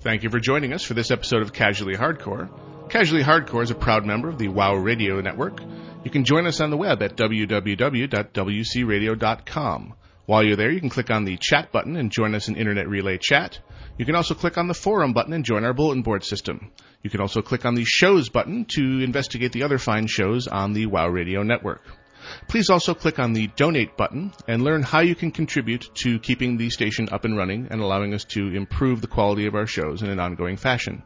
Thank you for joining us for this episode of Casually Hardcore. Casually Hardcore is a proud member of the WoW Radio Network. You can join us on the web at www.wcradio.com. While you're there, you can click on the chat button and join us in Internet Relay Chat. You can also click on the forum button and join our bulletin board system. You can also click on the shows button to investigate the other fine shows on the WoW Radio Network. Please also click on the donate button and learn how you can contribute to keeping the station up and running and allowing us to improve the quality of our shows in an ongoing fashion.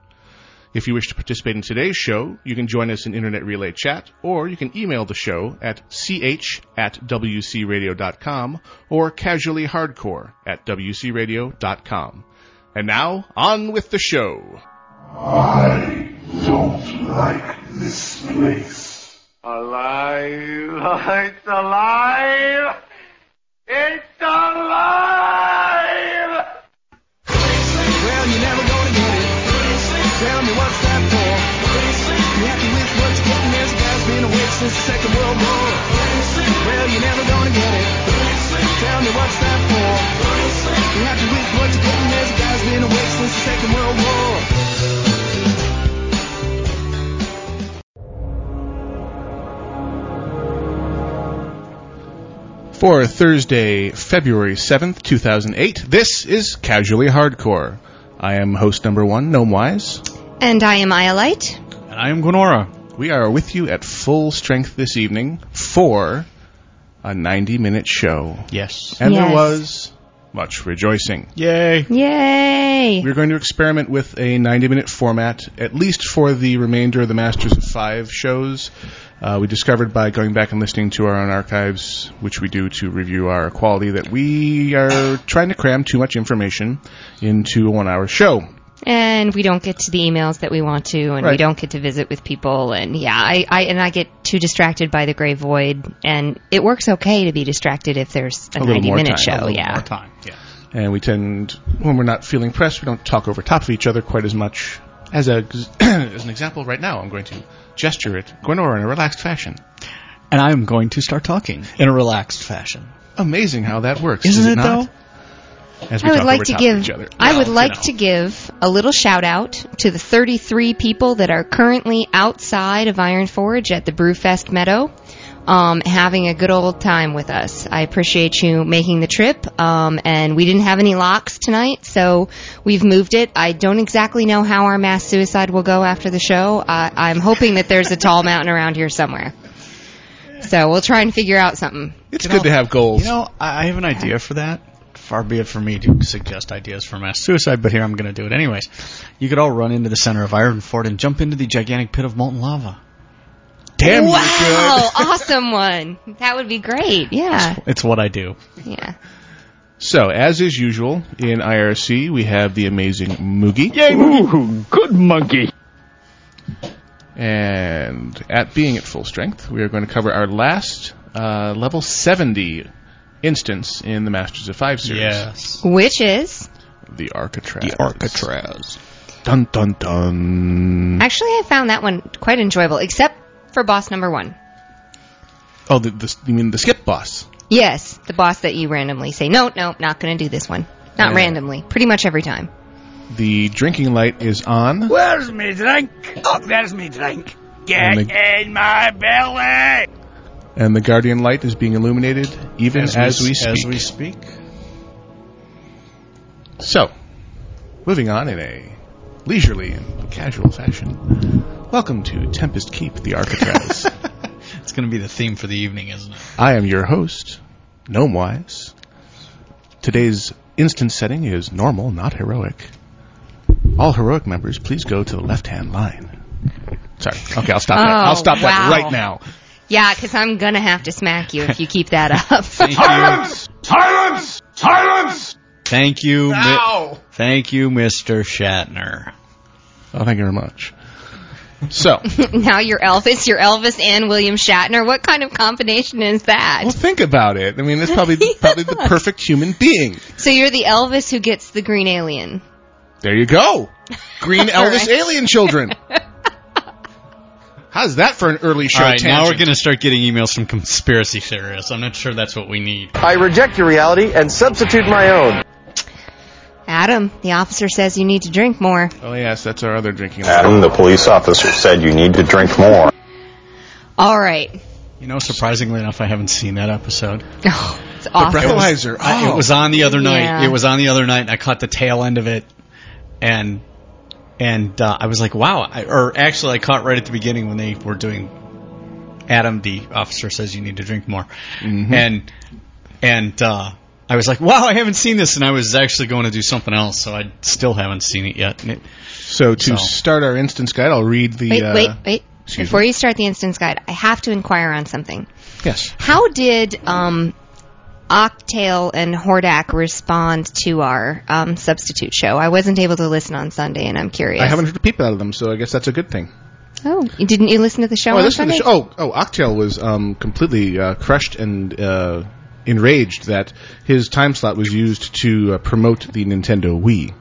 If you wish to participate in today's show, you can join us in Internet Relay Chat, or you can email the show at ch at wcradio.com or casuallyhardcore at wcradio.com. And now, on with the show. I don't like this place. Alive! It's alive! It's alive! Well, you're never gonna get it. Tell me what's that for? You happy with what you're getting? There's a guy's been awake since the Second World War. Well, you're never gonna get it. Tell me what's that for? You happy with what you're getting? There's a guy's been awake since the Second World War. For Thursday, February 7th, 2008, this is Casually Hardcore. I am host number one, Gnome Wise. And I am Iolite. And I am Gonora. We are with you at full strength this evening for a 90 minute show. Yes. And there Yes. was much rejoicing. Yay. Yay! We're going to experiment with a 90 minute format, at least for the remainder of the Masters of Five shows. Uh, we discovered by going back and listening to our own archives, which we do to review our quality, that we are trying to cram too much information into a one hour show. and we don't get to the emails that we want to, and we Right. don't get to visit with people, and yeah, I, I and I get too distracted by the gray void, and it works okay to be distracted if there's a, little 90 more minute time, a show, little yeah. More time. Yeah. And we tend, when we're not feeling pressed, we don't talk over top of each other quite as much. As, a, as an example, right now, I'm going to gesture at Gwenora in a relaxed fashion. And I am going to start talking in a relaxed fashion. Amazing how that works, Isn't is it, not? As we I would talk like over to top of give each other. I would Well, like you know. to give a little shout out to the 33 people that are currently outside of Iron Forge at the Brewfest Meadow. Um, having a good old time with us. I appreciate you making the trip. Um, and we didn't have any locks tonight, so we've moved it. I don't exactly know how our mass suicide will go after the show. Uh, I'm hoping that there's a tall mountain around here somewhere. So we'll try and figure out something. It's You good know- to have goals. You know, I I have an idea for that. Far be it from me to suggest ideas for mass suicide, but here I'm going to do it anyways. You could all run into the center of Ironfort and jump into the gigantic pit of molten lava. Damn you, wow! awesome one. That would be great. Yeah. It's what I do. Yeah. so, as is usual, in IRC, we have the amazing Moogie. Ooh, good monkey! And at being at full strength, we are going to cover our last uh, level 70 instance in the Masters of Five series. Which is The Architraz. Arcatraz. Dun dun dun. actually I found that one quite enjoyable, except for boss number one. Oh, the, the, you mean the skip boss? Yes, the boss that you randomly say, no, no, not going to do this one. Not randomly, pretty much every time. The drinking light is on. Where's me drink? Oh, there's me drink. Get And in my belly! And the guardian light is being illuminated even as, we, speak. As we speak. So, moving on in a leisurely and casual fashion. Welcome to Tempest Keep, the Architraz. It's going to be the theme for the evening, isn't it? I am your host, Gnomewise. Today's instance setting is normal, not heroic. All heroic members, please go to the left-hand line. Sorry. Okay, I'll stop that. Oh, I'll stop that wow. right now. Yeah, because I'm going to have to smack you if you keep that up. Silence! Silence! Silence! Thank you. Mi- thank you, Mr. Shatner. Oh, thank you very much. So, now you're Elvis, you're Elvis and William Shatner. What kind of combination is that? well, think about it. I mean, that's probably probably the perfect human being. So you're the Elvis who gets the green alien. There you go. Green All Elvis right. alien children. How's that for an early show? All right, now we're tangent? going to start getting emails from conspiracy theorists. I'm not sure that's what we need. I reject your reality and substitute my own. Adam, the officer says you need to drink more. Oh, yes, that's our other drinking. Adam, the police officer said you need to drink more. All right. You know, surprisingly enough, I haven't seen that episode. Oh, it's awful. Breathalyzer. Oh, I- it was on the other night. Yeah. It was on the other night, and I caught the tail end of it, and and uh, I was like, wow. I, or actually, I caught right at the beginning when they were doing. Adam, the officer, says you need to drink more, and and uh, I was like, wow, I haven't seen this, and I was actually going to do something else, so I still haven't seen it yet. And it- So to So. start our instance guide, I'll read the. Wait, uh, wait, wait. excuse Before me. you start the instance guide, I have to inquire on something. Yes. How did um, Octail and Hordak respond to our um, substitute show? I wasn't able to listen on Sunday, and I'm curious. I haven't heard a peep out of them, so I guess that's a good thing. Oh, you didn't you listen to the show Oh, I on listened to Sunday? the show. Oh, oh, Octail was um, completely uh, crushed and uh, enraged that his time slot was used to uh, promote the Nintendo Wii.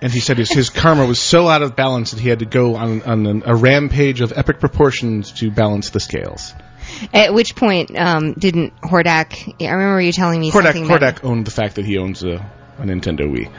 And he said his, his karma was so out of balance that he had to go on, on an, a rampage of epic proportions to balance the scales. Oh. At which point um, didn't Hordak? I remember you telling me Hordak, something. about- Hordak owned the fact that he owns a, a Nintendo Wii.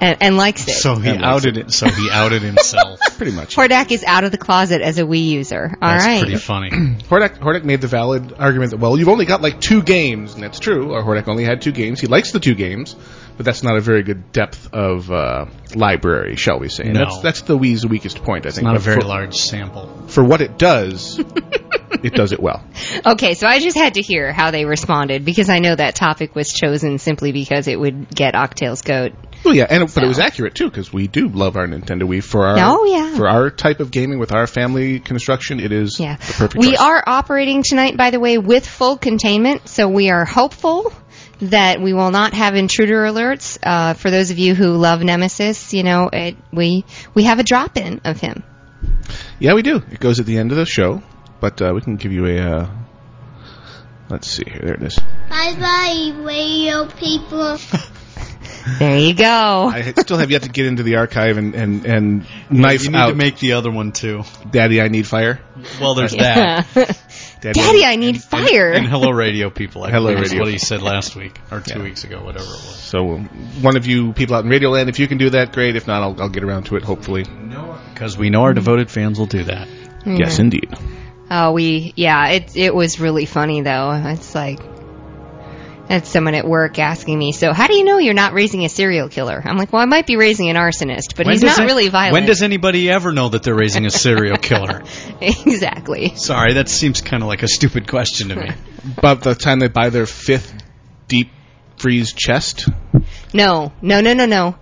and, and likes it. so he That makes outed it. So he outed himself. Pretty much. Hordak is out of the closet as a Wii user. All right. That's pretty funny. Hordak, Hordak made the valid argument that, well, you've only got like two games, and that's true. Or Hordak only had two games. He likes the two games, but that's not a very good depth of uh, library, shall we say. And No. that's, that's the Wii's weakest point, I think. Not a But very for, large sample. for what it does, it does it well. Okay, so I just had to hear how they responded because I know that topic was chosen simply because it would get Octail's goat. Well, yeah, and but it was accurate too because we do love our Nintendo Wii for our Oh, yeah. for our type of gaming with our family construction. It is Yeah. the perfect. We choice. are operating tonight, by the way, with full containment, so we are hopeful that we will not have intruder alerts. Uh, for those of you who love Nemesis, you know, it, we we have a drop in of him. Yeah, we do. It goes at the end of the show, but uh, we can give you a. Uh, let's see here. There it is. Bye bye, radio people. There you go. I still have yet to get into the archive and and, and knife You need out. to make the other one too. Daddy, I need fire. Well, there's that. Daddy, I need fire. And hello, radio people. I Hello, think is radio. What he said last week or two weeks ago, whatever it was. So, um, one of you people out in Radio Land, if you can do that, great. If not, I'll, I'll get around to it. Hopefully, Mm-hmm. Because we know our devoted fans will do that. yes, indeed. Oh, we yeah, it it was really funny though. It's like that's someone at work asking me, so how do you know you're not raising a serial killer? I'm like, well, I might be raising an arsonist, but he's does not it- really violent. When does anybody ever know that they're raising a serial killer? exactly? Sorry, that seems kind of like a stupid question to me. About the time they buy their fifth deep freeze chest, No, no, no, no, no.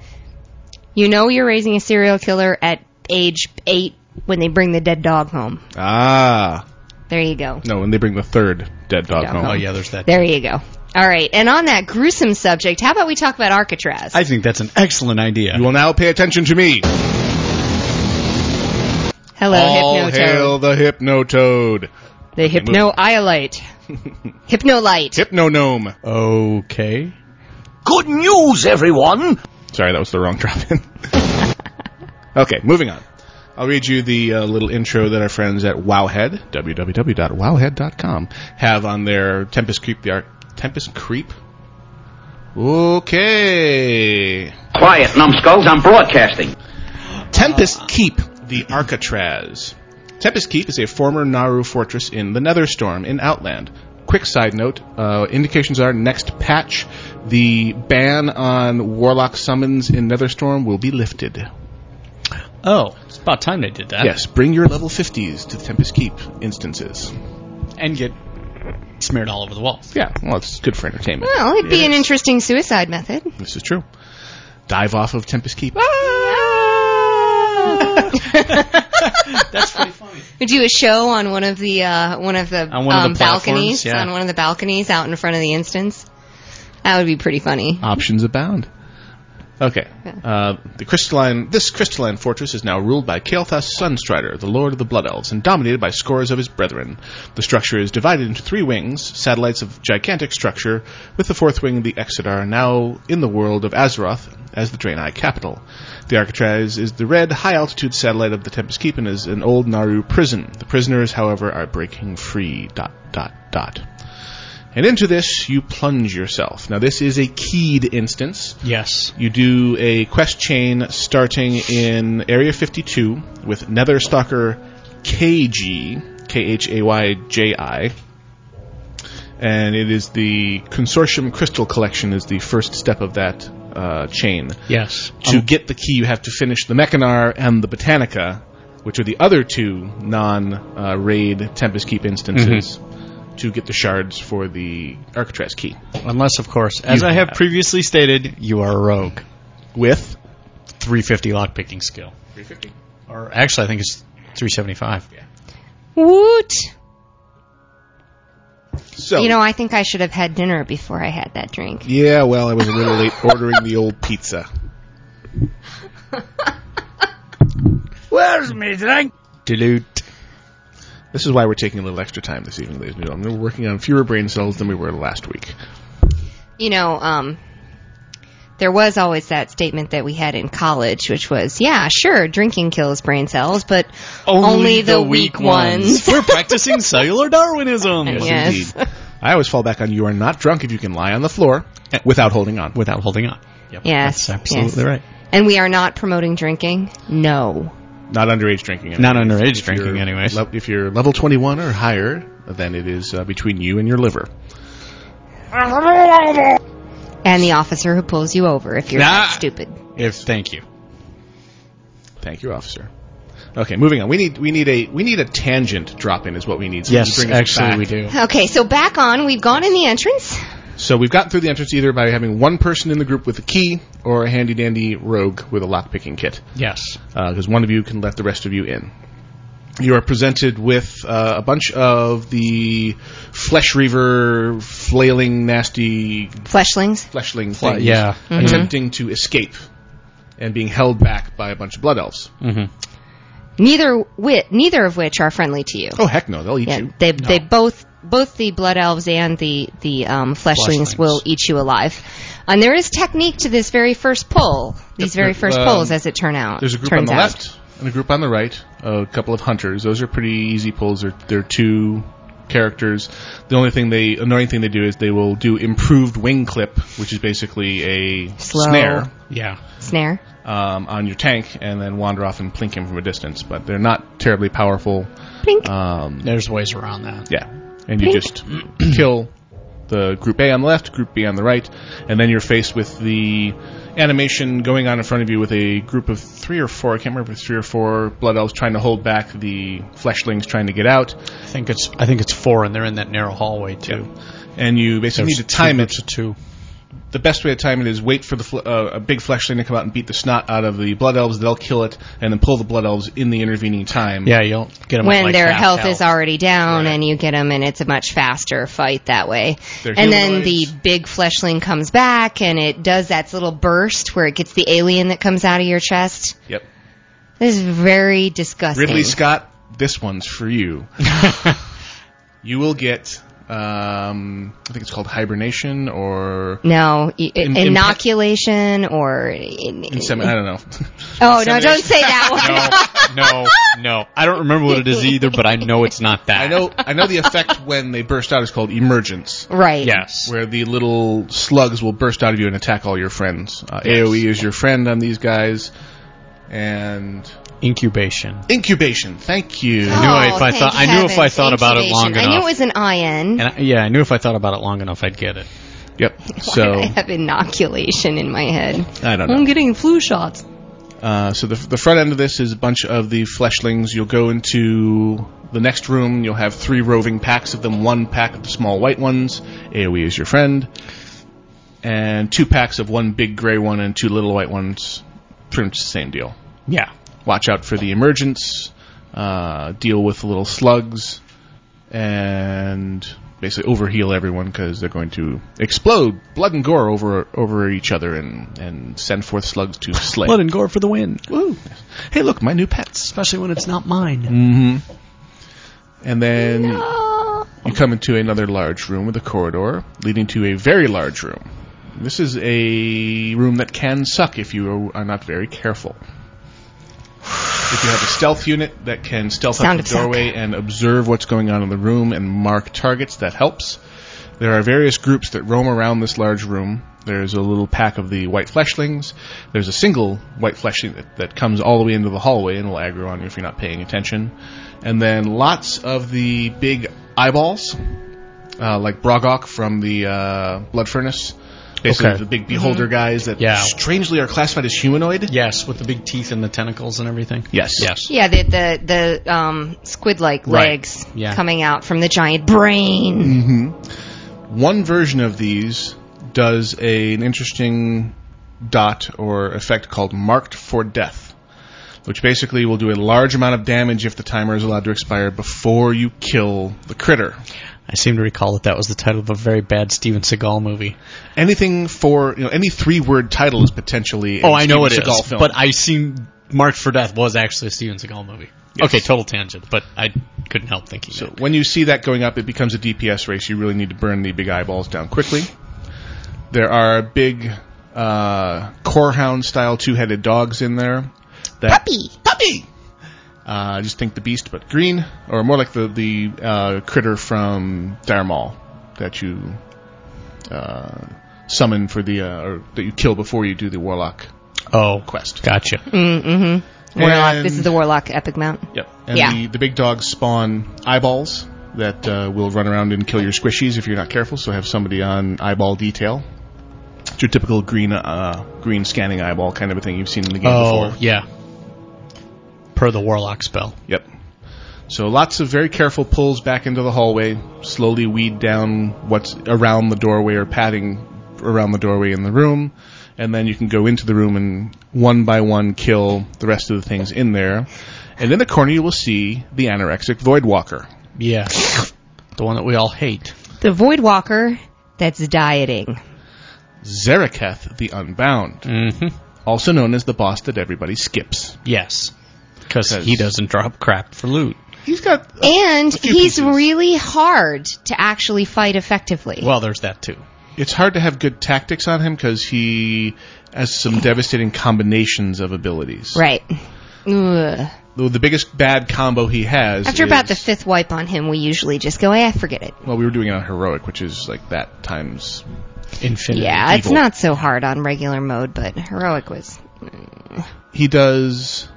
You know you're raising a serial killer at age eight when they bring the dead dog home. ah, There you go. no, and they bring the third dead dog Dog home. home. Oh yeah, there's that. There you go. All right, and on that gruesome subject, how about we talk about Alcatraz? I think that's an excellent idea. You will now pay attention to me. Hello, All Hypnotoad. hail the hypnotoad, The hypnoiolite. Hypnolite. hypnonome. Okay. Good news, everyone! Sorry, that was the wrong drop in. okay, moving on. I'll read you the uh, little intro that our friends at Wowhead, www.wowhead.com, have on their Tempest Creep the Ar- Tempest Creep. Okay. Quiet, numbskulls, I'm broadcasting. Tempest Keep, Ah, the Arcatraz. Tempest Keep is a former Naru fortress in the Netherstorm in Outland. Quick side note: uh, indications are next patch, the ban on warlock summons in Netherstorm will be lifted. Oh, it's about time they did that. Yes, bring your level 50s to the Tempest Keep instances. And get smeared all over the walls. Yeah, well, it's good for entertainment. Well, it'd be an interesting suicide method. This is true. Dive off of Tempest Keep. That's pretty funny. We do a show on one of the uh, one of the, On one of the um, balconies platforms, yeah. on one of the balconies out in front of the instance. That would be pretty funny. Options abound. Okay. Uh, the crystalline, this crystalline fortress is now ruled by Kael'thas Sunstrider, the Lord of the Blood Elves, and dominated by scores of his brethren. The structure is divided into three wings, satellites of gigantic structure, with the fourth wing, the Exodar, now in the world of Azeroth as the Draenei capital. The Arcatraz is the red, high-altitude satellite of the Tempest Keep and is an old Naru prison. The prisoners, however, are breaking free. Dot dot dot. And into this, you plunge yourself. Now, this is a keyed instance. Yes. You do a quest chain starting in Area 52 with Netherstalker KG, K H A Y J I. And it is the Consortium Crystal Collection is the first step of that uh, chain. Yes. To get the key, you have to finish the Mechanar and the Botanica, which are the other two non-raid Tempest Keep instances, Mm-hmm. to get the shards for the Arcatraz key. Unless, of course, as You I have have. previously stated, you are a rogue. With 350 lockpicking skill. 350. Or actually, I think it's 375. Woot! So You know, I think I should have had dinner before I had that drink. Yeah, well, I was a little late ordering the old pizza. Where's me drink? Dilute. This is why we're taking a little extra time this evening, ladies and gentlemen. We're working on fewer brain cells than we were last week. you know, um, there was always that statement that we had in college, which was, yeah, sure, drinking kills brain cells, but only, the, weak, ones. We're practicing cellular Darwinism. yes. Indeed. I always fall back on you are not drunk if you can lie on the floor without holding on. Eh. Without holding on. Yes. That's absolutely yes. right. And we are not promoting drinking. No. Not underage drinking. Not anyways. underage If you're drinking, anyways. le- if you're level 21 or higher, then it is uh, between you and your liver. And the officer who pulls you over if you're Nah. that stupid. If Thank you. Thank you, officer. Okay, moving on. We need we need a we need a tangent drop in is what we need. So Yes, bring us actually, back. we do. Okay, so back on. We've gone in the entrance. So we've gotten through the entrance either by having one person in the group with a key or a handy dandy rogue with a lockpicking kit, Yes. because one of you can let the rest of you in. You are presented with uh, a bunch of the flesh reaver, flailing, nasty Fleshlings. fleshling Fle- things yeah. Mm-hmm. Mhm. attempting to escape and being held back by a bunch of blood elves. Mm. Neither wit, neither of which are friendly to you. Oh heck no, they'll eat Yeah, you. they they both both the blood elves and the the um, fleshlings, Fleshlings. will eat you alive. And there is technique to this very first pull, these very first um, pulls, as it turn out. There's a group on turns the out. left and a group on the right, a couple of hunters. Those are pretty easy pulls. They're, they're two characters. The only thing they annoying thing they do is they will do improved wing clip, which is basically a Slow. snare Yeah. snare. um, on your tank, and then wander off and plink him from a distance. But they're not terribly powerful. Plink. Um, There's ways around that. yeah, and you just kill the group A on the left, group B on the right, and then you're faced with the animation going on in front of you with a group of three or four, I can't remember, if it's three or four blood elves trying to hold back the fleshlings trying to get out, I think it's I think it's four, and they're in that narrow hallway too. and you basically There's need to time two it. groups of two. The best way to time it is wait for the fl- uh, a big fleshling to come out and beat the snot out of the blood elves. They'll kill it, and then pull the blood elves in the intervening time. Yeah, you'll get them when their health, is already down and you get them and it's a much faster fight that way They're and then the humanoids. big fleshling comes back and it does that little burst where it gets the alien that comes out of your chest Yep. this is very disgusting Ridley Scott, this one's for you. you will get, um, I think it's called hibernation or no i- i- Im- impe- inoculation or in, insemi- I don't know. oh no don't say that one no, no. I don't remember what it is either, but I know it's not that. I know. I know the effect when they burst out is called emergence, right Yes. where the little slugs will burst out of you and attack all your friends. Uh, AOE is your friend on these guys, and Incubation. incubation. Thank you. Oh, knew if I thank thought- I knew if I heavens, thought about it long incubation. I knew enough. it was an IN. And I, yeah, I knew if I thought about it long enough, I'd get it. Yep. I So have inoculation in my head. I don't know. I'm getting flu shots. Uh, so the, the front end of this is a bunch of the fleshlings. You'll go into the next room. You'll have three roving packs of them. One pack of the small white ones. AOE is your friend. And two packs of one big gray one and two little white ones. Pretty much the same deal. Yeah. Watch out for the emergence. Uh, deal with the little slugs. And basically overheal everyone because they're going to explode blood and gore over over each other and, and send forth slugs to slay. Blood and gore for the win. Woo. Hey, look, my new pets. Especially when it's not mine. Mm-hmm. And then Mm. Ah. you come into another large room with a corridor leading to a very large room. This is a room that can suck if you are not very careful. If you have a stealth unit that can stealth Sound up of the doorway and observe what's going on in the room and mark targets, that helps. There are various groups that roam around this large room. There's a little pack of the white fleshlings. There's a single white fleshling that, that comes all the way into the hallway and will aggro on you if you're not paying attention. And then lots of the big eyeballs, uh, like Brogok from the uh, Blood Furnace. Basically, Okay. the big beholder guys that Yeah. strangely are classified as humanoid. Yes, with the big teeth and the tentacles and everything. Yes. Yes. Yeah, the the, the um, squid-like Right. legs Yeah. Mm. coming out from the giant brain. One version of these does a, an interesting dot or effect called marked for death, which basically will do a large amount of damage if the timer is allowed to expire before you kill the critter. I seem to recall that that was the title of a very bad Steven Seagal movie. Anything for you know any three word title is potentially. Oh, I know it it's is. a golf film. But I seen Marked for Death was actually a Steven Seagal movie. Okay, total tangent, but I couldn't help thinking So that. when you see that going up, it becomes a DPS race. You really need to burn the big eyeballs down quickly. There are big uh, corehound style two headed dogs in there. That, Puppy. puppy. Uh, just think the beast, but green, or more like the the uh, critter from Dire Maul that you uh, summon for the uh, or that you kill before you do the warlock. Oh, quest. Gotcha. Mm. Warlock. And- This is the Warlock Epic Mount. Yep. And Yeah. the, the big dogs spawn eyeballs that uh, will run around and kill your squishies if you're not careful. So have somebody on eyeball detail. It's your typical green uh, green scanning eyeball kind of a thing you've seen in the game Oh, before. yeah. Per the warlock spell. Yep. So lots of very careful pulls back into the hallway, slowly weed down what's around the doorway or padding around the doorway in the room, and then you can go into the room and one by one kill the rest of the things in there. And in the corner you will see the anorexic void walker. Yeah. the one that we all hate. The Void Walker that's dieting. Zaraketh the Unbound, Mm-hmm. also known as the boss that everybody skips. Yes. Because he 'Cause- doesn't drop crap for loot. He's got uh, And few he's pieces. really hard to actually fight effectively. Well, there's that too. it's hard to have good tactics on him because he has some devastating combinations of abilities. right. Ugh. The, the biggest bad combo he has After about the is- fifth wipe on him, we usually just go, eh, forget it. Well, we were doing it on heroic, which is like that times. Infinity. Yeah, it's evil. not so hard on regular mode, but heroic was. He does.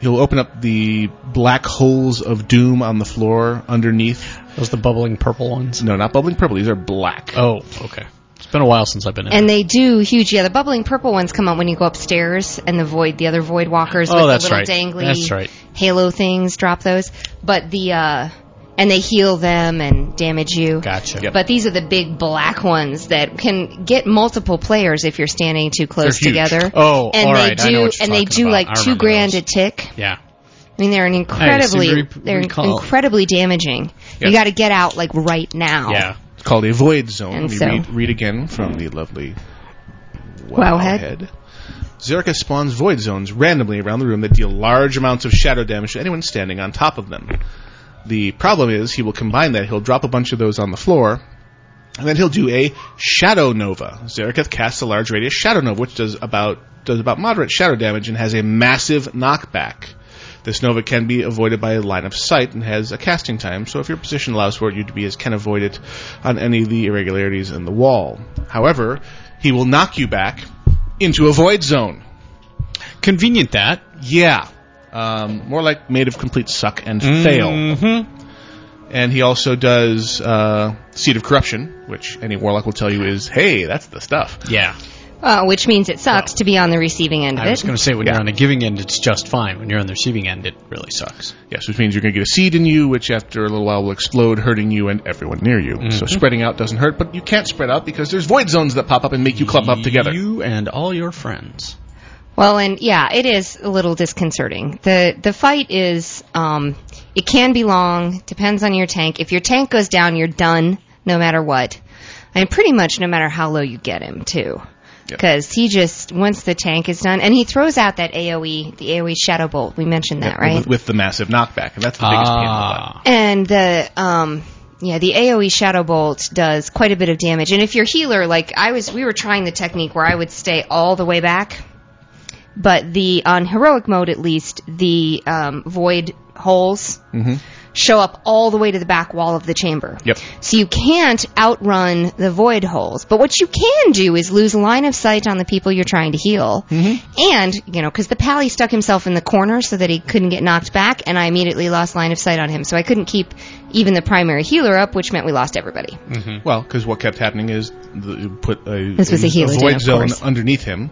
He'll open up the black holes of doom on the floor underneath. Those the bubbling purple ones. No, not bubbling purple. These are black. Oh, okay. It's been a while since I've been in. And they do huge. Yeah, the bubbling purple ones come out when you go upstairs, and the void, the other void walkers Oh, with that's the little right. dangly That's right. halo things drop those. But the uh, and they heal them and damage you. Gotcha. But these are the big black ones that can get multiple players if you're standing too close They're huge. together. Oh, and all they right. do I know what you're and they talking do about. like I two remember grand those. a tick. Yeah. I mean, they're an incredibly to re- they're recall. incredibly damaging. You Yes. got to get out like right now. Yeah. It's called a void zone. And Let me so- read, read again from the lovely Wowhead. Wowhead. Zerka spawns void zones randomly around the room that deal large amounts of shadow damage to anyone standing on top of them. The problem is he will combine that. He'll drop a bunch of those on the floor, and then he'll do a shadow nova. Zerka casts a large radius shadow nova, which does about does about moderate shadow damage and has a massive knockback. This nova can be avoided by a line of sight and has a casting time, so if your position allows for it, you to be as can avoid it on any of the irregularities in the wall. However, he will knock you back into a void zone. Convenient that. Yeah. Um, more like made of complete suck and fail. Mm-hmm. And he also does uh, Seed of Corruption, which any warlock will tell you is, hey, that's the stuff. Yeah. Uh, which means it sucks to be on the receiving end of I was it. going to say when Yeah. you're on the giving end, it's just fine. When you're on the receiving end, it really sucks. Yes, which means you're going to get a seed in you, which after a little while will explode, hurting you and everyone near you. So spreading out doesn't hurt, but you can't spread out because there's void zones that pop up and make you clump up together. You and all your friends. Well, and yeah, it is a little disconcerting. the The fight is, um, it can be long. Depends on your tank. If your tank goes down, you're done, no matter what, and pretty much no matter how low you get him too, because he just once the tank is done, and he throws out that AOE, the AOE Shadow Bolt. We mentioned that, right? With, with the massive knockback, and that's the biggest pain in the Ah, butt. And the um yeah, the AoE Shadow Bolt does quite a bit of damage. And if you're healer, like I was we were trying the technique where I would stay all the way back. But the on heroic mode at least, the um, void holes show up all the way to the back wall of the chamber. Yep. So you can't outrun the void holes. But what you can do is lose line of sight on the people you're trying to heal. And, you know, because the pally stuck himself in the corner so that he couldn't get knocked back, and I immediately lost line of sight on him. So I couldn't keep even the primary healer up, which meant we lost everybody. Well, because what kept happening is the, you put a, This was a healer doing, void of zone course. underneath him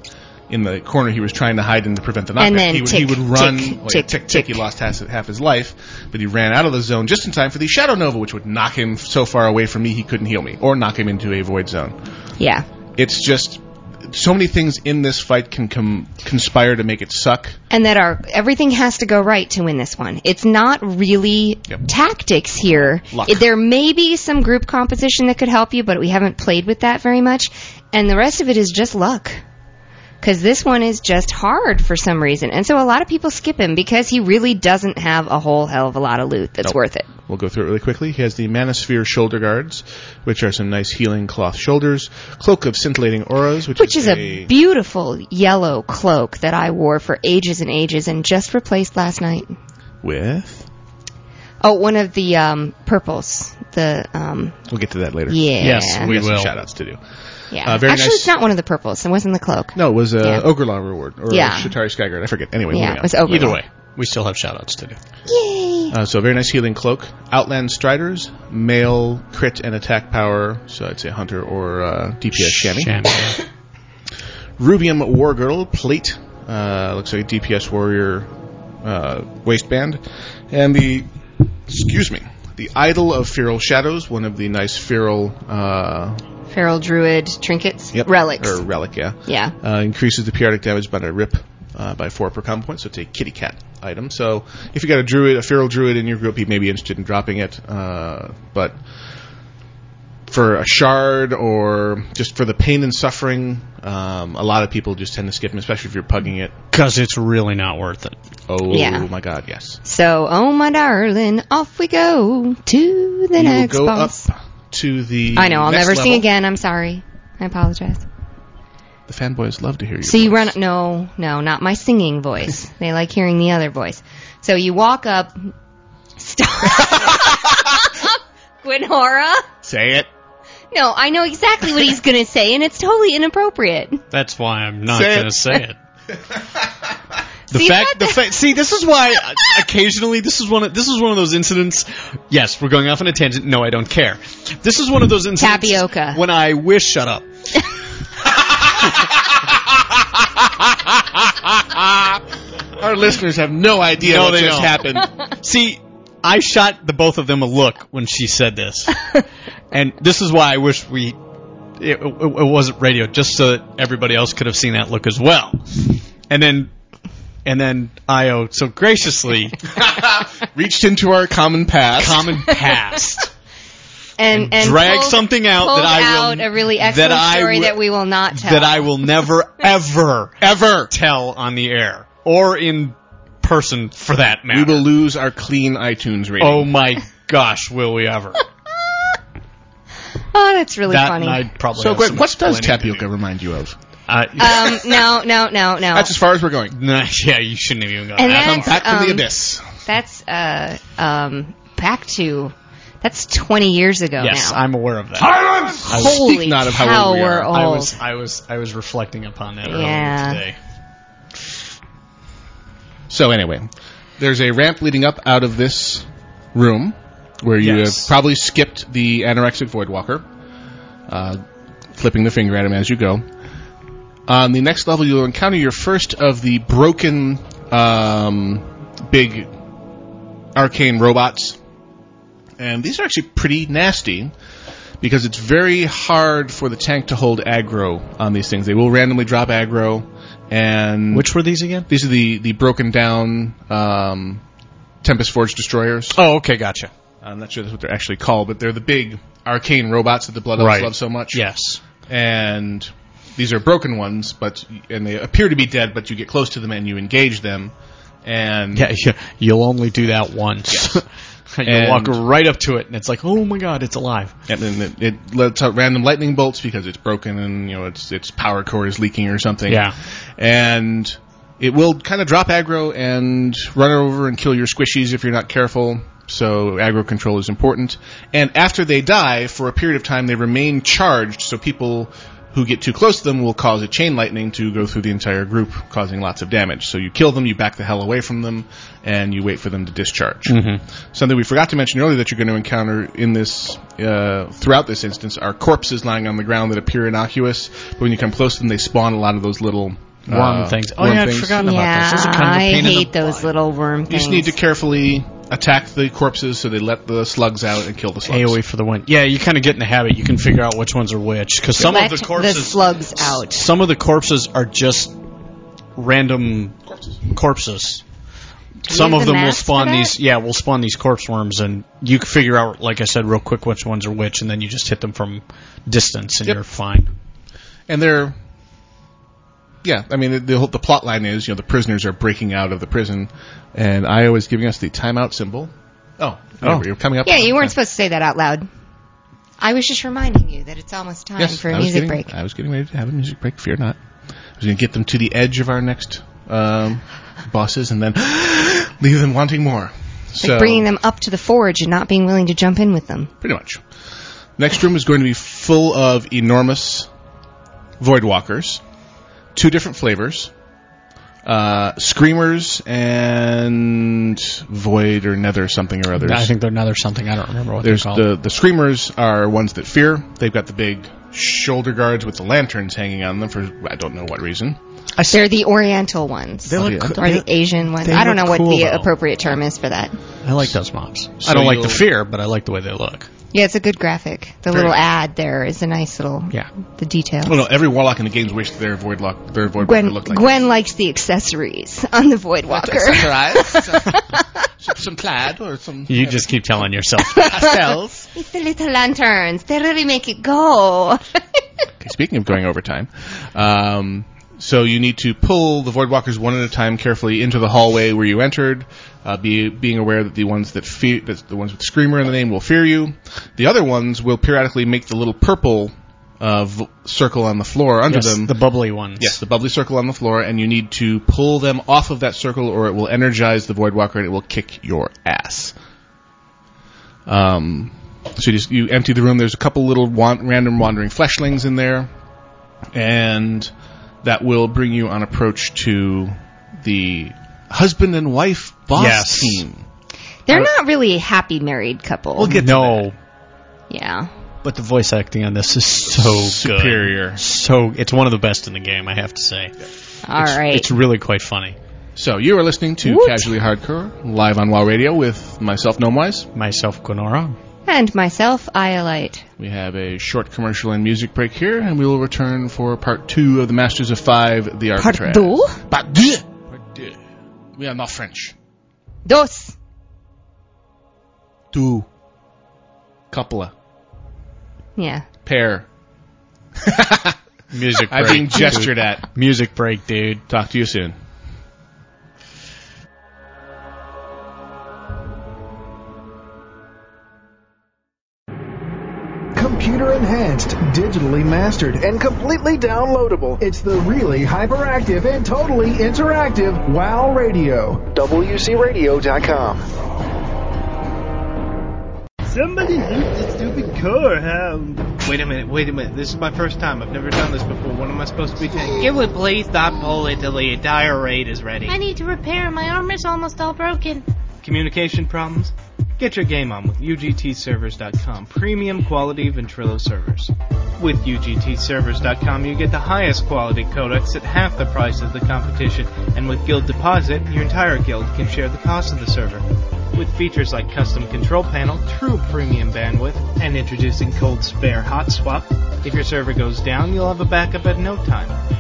in the corner he was trying to hide in to prevent the knockback. And then he, would- he tick, would run, tick, well, tick, tick, tick. He tick. lost half, half his life, but he ran out of the zone just in time for the Shadow Nova, which would knock him so far away from me he couldn't heal me or knock him into a void zone. Yeah. It's just so many things in this fight can com- conspire to make it suck. and that our everything has to go right to win this one. It's not really Yep. tactics here. Luck. It- There may be some group composition that could help you, but we haven't played with that very much, and the rest of it is just luck. Because this one is just hard for some reason, and so a lot of people skip him because he really doesn't have a whole hell of a lot of loot that's worth it. We'll go through it really quickly. He has the Manosphere shoulder guards, which are some nice healing cloth shoulders. Cloak of scintillating auras, which, Which is a beautiful yellow cloak that I wore for ages and ages, and just replaced last night. with. Oh, one of the um, purples. The um, We'll get to that later. yeah. Yes, we We have some will. shout outs to do. Yeah. Uh, very Actually, nice- it's not one of the purples. It wasn't the cloak. No, it was a Yeah. Ogre Law reward or Yeah. Shatari Skyguard. I forget. Anyway, yeah, moving it on. was over. Either way, we still have shout outs to do. Yay. Uh, so very nice healing cloak. Outland Striders, male crit and attack power. So I'd say hunter or uh, DPS Shanny. Shannon. Rubium Wargirdle plate. Uh, looks like a DPS warrior uh, waistband, and the excuse me, the Idol of Feral Shadows, one of the nice feral uh, Feral druid trinkets. yep, Relics. or relic, yeah. yeah. Uh, increases the periodic damage by a rip uh, by four per comp point, so it's a kitty cat item. So if you got a druid, a feral druid in your group, you may be interested in dropping it. Uh, but for a shard or just for the pain and suffering, um, a lot of people just tend to skip them, especially if you're pugging it. Because it's really not worth it. Oh Yeah. my god, yes. So, oh my darling, off we go to You the will next go boss. up to the. I know. I'll next never sing level. again. I'm sorry. I apologize. The fanboys love to hear you. So you run. No, no, not my singing voice. they like hearing the other voice. So you walk up. Stop. Gwenhora. Say it. No, I know exactly what he's gonna say, and it's totally inappropriate. That's why I'm not Say it. going to say it. The See, fact, the that- fa- see, this is why uh, occasionally this is one of this is one of those incidents. Yes, we're going off on a tangent. No, I don't care. This is one of those incidents Tapioca. when I wish. Shut up. Our listeners have no idea No, what they just don't. happened. See, I shot the both of them a look when she said this, and this is why I wish we it, it, it wasn't radio, just so that everybody else could have seen that look as well. And then, and then Io so graciously Reached into our common past. common past and, and drag pulled- something out pulled that I will out a really excellent that I story will- that we will not tell. that I will never ever ever tell on the air or in person for that We matter. will lose our clean iTunes rating. oh my gosh, will we ever? oh, that's really that funny. and I probably so, have Greg, some what does explaining to tapioca remind you of? do. Uh, um, no, no, no, no. That's as far as we're going. Nah, yeah, you shouldn't have even gone. And that that's- Come back from the um, abyss. That's uh, um, back to that's 20 years ago yes, now. I'm aware of that. Silence! I was Holy speaking out of how cow, old we we're are. old. I was, I was, I was reflecting upon that Yeah. earlier today. So anyway, there's a ramp leading up out of this room where you Yes. have probably skipped the anorexic void walker, uh, flipping the finger at him as you go. On the next level, you'll encounter your first of the broken um, big arcane robots, and these are actually pretty nasty. Because it's very hard for the tank to hold aggro on these things. They will randomly drop aggro, and Which were these again? these are the, the broken down um, Tempest Forge destroyers. Oh, okay, gotcha. I'm not sure that's what they're actually called, but they're the big arcane robots that the Blood Elves Right. love so much. Yes. And these are broken ones, but and they appear to be dead, but you get close to them and you engage them, and Yeah, yeah, you'll only do that once. you And- walk right up to it, and it's like, oh my god, it's alive. and then it, it lets out random lightning bolts because it's broken and you know its its power core is leaking or something. Yeah. and it will kind of drop aggro and run over and kill your squishies if you're not careful. So aggro control is important. And after they die, for a period of time, they remain charged. So people who get too close to them will cause a chain lightning to go through the entire group, causing lots of damage. So you kill them, you back the hell away from them, and you wait for them to discharge. Something we forgot to mention earlier that you're going to encounter in this, uh, throughout this instance, are corpses lying on the ground that appear innocuous, but when you come close to them, they spawn a lot of those little uh, Worm things. Oh worm yeah, I'd things. forgotten yeah, about this. Those are kind of a I pain in the hate those little worm You things. just need to carefully attack the corpses so they let the slugs out and kill the slugs. AOE E for the win. Yeah, you kind of get in the habit. You can figure out which ones are which because some let of the corpses, the slugs out. some of the corpses are just random corpses. Some use of the them will mask for spawn that? these. Yeah, will spawn these corpse worms, and you can figure out, like I said, real quick which ones are which, and then you just hit them from distance, and Yep. you're fine. and they're yeah i mean the, the whole the plot line is you know the prisoners are breaking out of the prison and io is giving us the timeout symbol oh, Oh. you're coming up Yeah, you weren't Okay. supposed to say that out loud. I was just reminding you that it's almost time yes, for a I was music getting, break. i was getting ready to have a music break fear not i was going to get them to the edge of our next um, bosses and then leave them wanting more so like bringing them up to the forge and not being willing to jump in with them. pretty much next room is going to be full of enormous void walkers two different flavors uh, screamers and void or nether something or others I think they're another something. I don't remember what there's they're called. the the screamers are ones that fear they've got the big shoulder guards with the lanterns hanging on them for i don't know what reason They're the Oriental ones. look yeah. or the Asian ones. they I don't know look what cool, the though. appropriate term is for that. I like those mobs. So I don't like the you'll- fear, but I like the way they look. Yeah, it's a good graphic. The little ad there is a nice little Yeah. the detail. well no every warlock in the game's wish their void lock their void Gwen walker looked like Gwen likes the accessories on the Void Walker. some plaid or some You just keep telling yourself. it's the little lanterns. They really make it go. Okay, speaking of going overtime, um, so you need to pull the void walkers one at a time carefully into the hallway where you entered. Uh, be being aware that the ones that fear, that the ones with screamer in the name will fear you. The other ones will periodically make the little purple uh, v- circle on the floor under yes, them. the bubbly ones. Yes, the bubbly circle on the floor, and you need to pull them off of that circle, or it will energize the void walker and it will kick your ass. Um, so you just you empty the room. There's a couple little wan- random wandering fleshlings in there, and that will bring you on approach to the husband and wife boss Yes. team. They're Uh, not really a happy married couple. no, yeah. But the voice acting on this is so Superior. good. So it's one of the best in the game, I have to say. All right. It's really quite funny. So you are listening to Woot. Casually Hardcore live on WoW Radio with myself, Gnomewise. Myself, Gonora. and myself, Iolite. We have a short commercial and music break here, and we will return for part two of the Masters of Five, the Arbitrage. Pardo? Part deux. Part deux. We are not French. Dos. Two. Coppola. Yeah. Pair. Music break. I'm being gestured dude. at. Music break, dude. Talk to you soon. Computer enhanced, digitally mastered, and completely downloadable. It's the really hyperactive and totally interactive WoW Radio. WCRadio.com. Somebody loot the stupid core hound. Wait a minute, wait a minute. This is my first time. I've never done this before. What am I supposed to be doing? It would please stop pulling till the entire raid is ready. I need to repair. My armor's almost all broken. Communication problems? Get your game on with UGTservers.com. Premium quality Ventrilo servers. With UGTservers.com, you get the highest quality codecs at half the price of the competition, and with Guild Deposit, your entire guild can share the cost of the server. With features like custom control panel, true premium bandwidth, and introducing cold spare hot swap, if your server goes down, you'll have a backup at no time.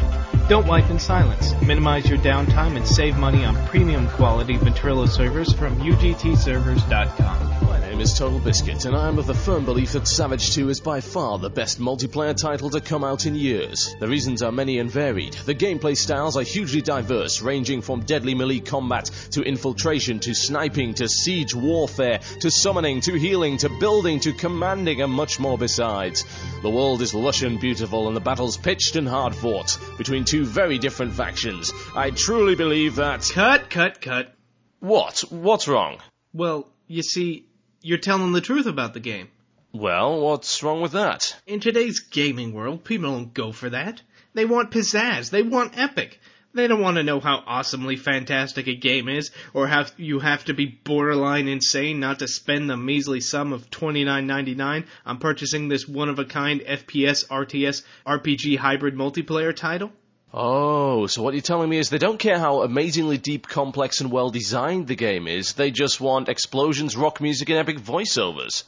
Don't wipe in silence. Minimize your downtime and save money on premium quality Ventrilo servers from UGTservers.com. My name is Total Biscuit, and I am of the firm belief that Savage 2 is by far the best multiplayer title to come out in years. The reasons are many and varied. The gameplay styles are hugely diverse, ranging from deadly melee combat to infiltration to sniping to siege warfare to summoning to healing to building to commanding and much more besides. The world is lush and beautiful, and the battles pitched and hard fought between two very different factions. I truly believe that. Cut, cut, cut. What? What's wrong? Well, You see, you're telling the truth about the game. Well, what's wrong with that? In today's gaming world, people don't go for that. They want pizzazz. They want epic. They don't want to know how awesomely fantastic a game is, or how you have to be borderline insane not to spend the measly sum of $29.99 on purchasing this one-of-a-kind FPS, RTS, RPG hybrid multiplayer title. Oh, so what you're telling me is they don't care how amazingly deep, complex, and well designed the game is, they just want explosions, rock music, and epic voiceovers.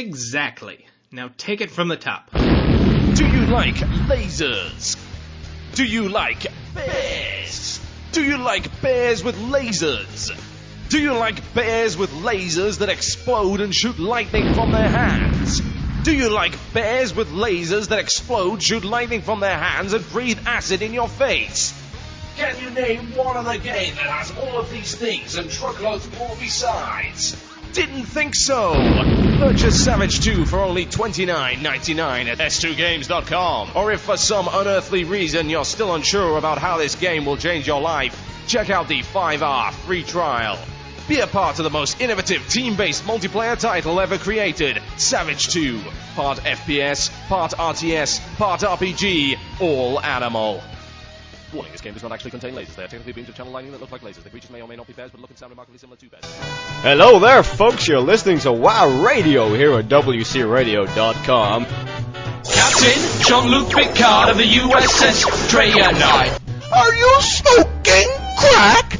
Exactly. Now take it from the top. Do you like lasers? Do you like bears? Do you like bears with lasers? Do you like bears with lasers that explode and shoot lightning from their hands? Do you like bears with lasers that explode, shoot lightning from their hands, and breathe acid in your face? Can you name one other game that has all of these things and truckloads more besides? Didn't think so! Purchase Savage 2 for only $29.99 at s2games.com. Or if for some unearthly reason you're still unsure about how this game will change your life, check out the 5R free trial. Be a part of the most innovative team based multiplayer title ever created Savage 2. Part FPS, part RTS, part RPG, all animal. Warning, this game does not actually contain lasers. They are technically beams of channel lighting that look like lasers. They features may or may not be bears, but look and sound remarkably similar to bears. Hello there, folks. You're listening to WoW Radio here at WCRadio.com. Captain John Luke Picard of the USS Drea 9. Are you smoking crack?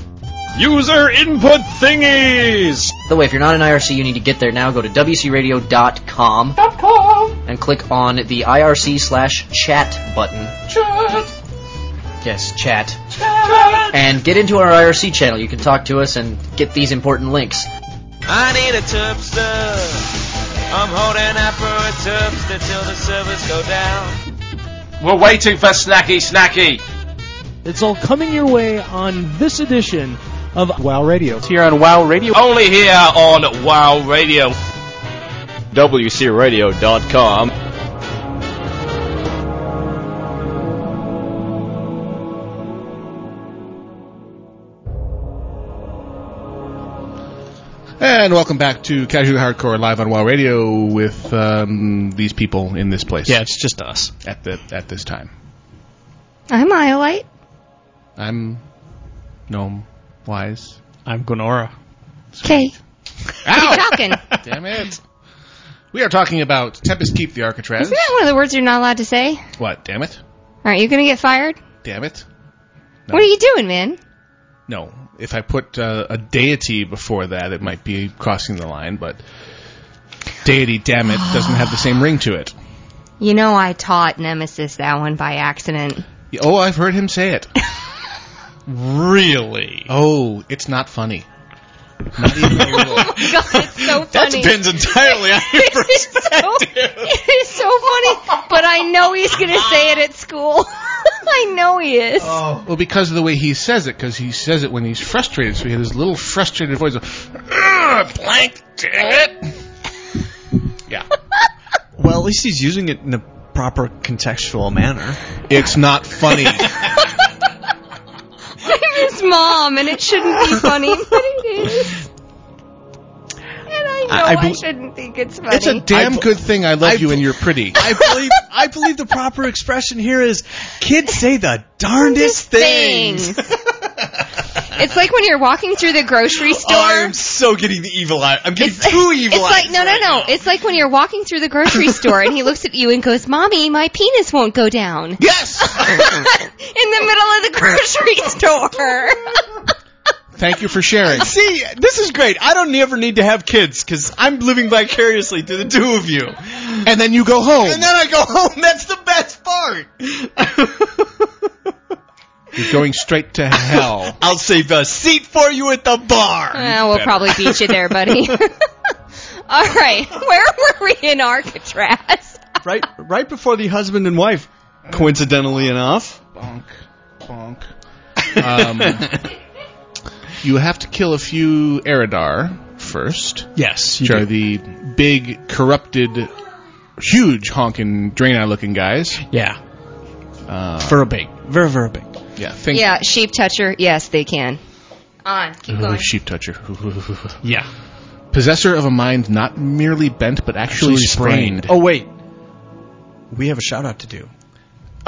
User input thingies! By the way, if you're not in IRC, you need to get there now. Go to wcradio.com and click on the IRC slash chat button. Chat! Yes, chat. And get into our IRC channel. You can talk to us and get these important links. I need a tub stub. I'm holding out for a tubster till the servers go down. We're waiting for Snacky Snacky. It's all coming your way on this edition of WoW Radio. It's here on WoW Radio. Only here on WoW Radio. WCRadio.com. And welcome back to Casual Hardcore live on WoW Radio with um, these people in this place. Yeah, it's just us at the at this time. I'm Iolite. I'm Gnome Wise. I'm Gonora. Okay. Keep talking. Damn it. We are talking about Tempest Keep the Alcatraz. Isn't that one of the words you're not allowed to say? What? Damn it. Aren't you going to get fired? Damn it. What are you doing, man? No. If I put uh, a deity before that, it might be crossing the line, but deity, damn it, doesn't have the same ring to it. You know I taught Nemesis that one by accident. Oh, I've heard him say it. really? Oh, it's not funny. Not even your little- God, it's so funny. That depends entirely on your It's so, it is so funny, but I know he's going to say it at school. I know he is. Well, because of the way he says it, because he says it when he's frustrated, so he has this little frustrated voice of, "Ugh, blank, damn it! Yeah. Well, at least he's using it in the proper contextual manner. It's not funny. I'm his mom, and it shouldn't be funny, but it is. And I know I, I- I bel- shouldn't think it's funny. It's a damn good thing I love you and you're pretty. I believe I believe the proper expression here is kids say the darndest things. it's like when you're walking through the grocery store. Oh, I'm so getting the evil eye. I'm getting two evil it's eyes. like no no no it's like when you're walking through the grocery store and he looks at you and goes mommy my penis won't go down yes in the middle of the grocery store Thank you for sharing. See, this is great. I don't ever need to have kids because I'm living vicariously through the two of you. And then you go home. And then I go home. That's the best part. You're going straight to hell. I'll save a seat for you at the bar. Eh, well, we'll probably beat you there buddy all right where were we in Alcatraz right, right before the husband and wife, coincidentally enough. Bonk, bonk. Um, you have to kill a few Eridar first, yes, which are the big, corrupted, huge, honking, drain-eye-looking guys. Yeah, Uh, very big, very very big. yeah, think, yeah sheep toucher yes they can on keep Oh, Ooh, going sheep toucher. Yeah, Oh, Possessor of a mind not merely bent but actually, sprained. Oh wait, we have a shout out to do.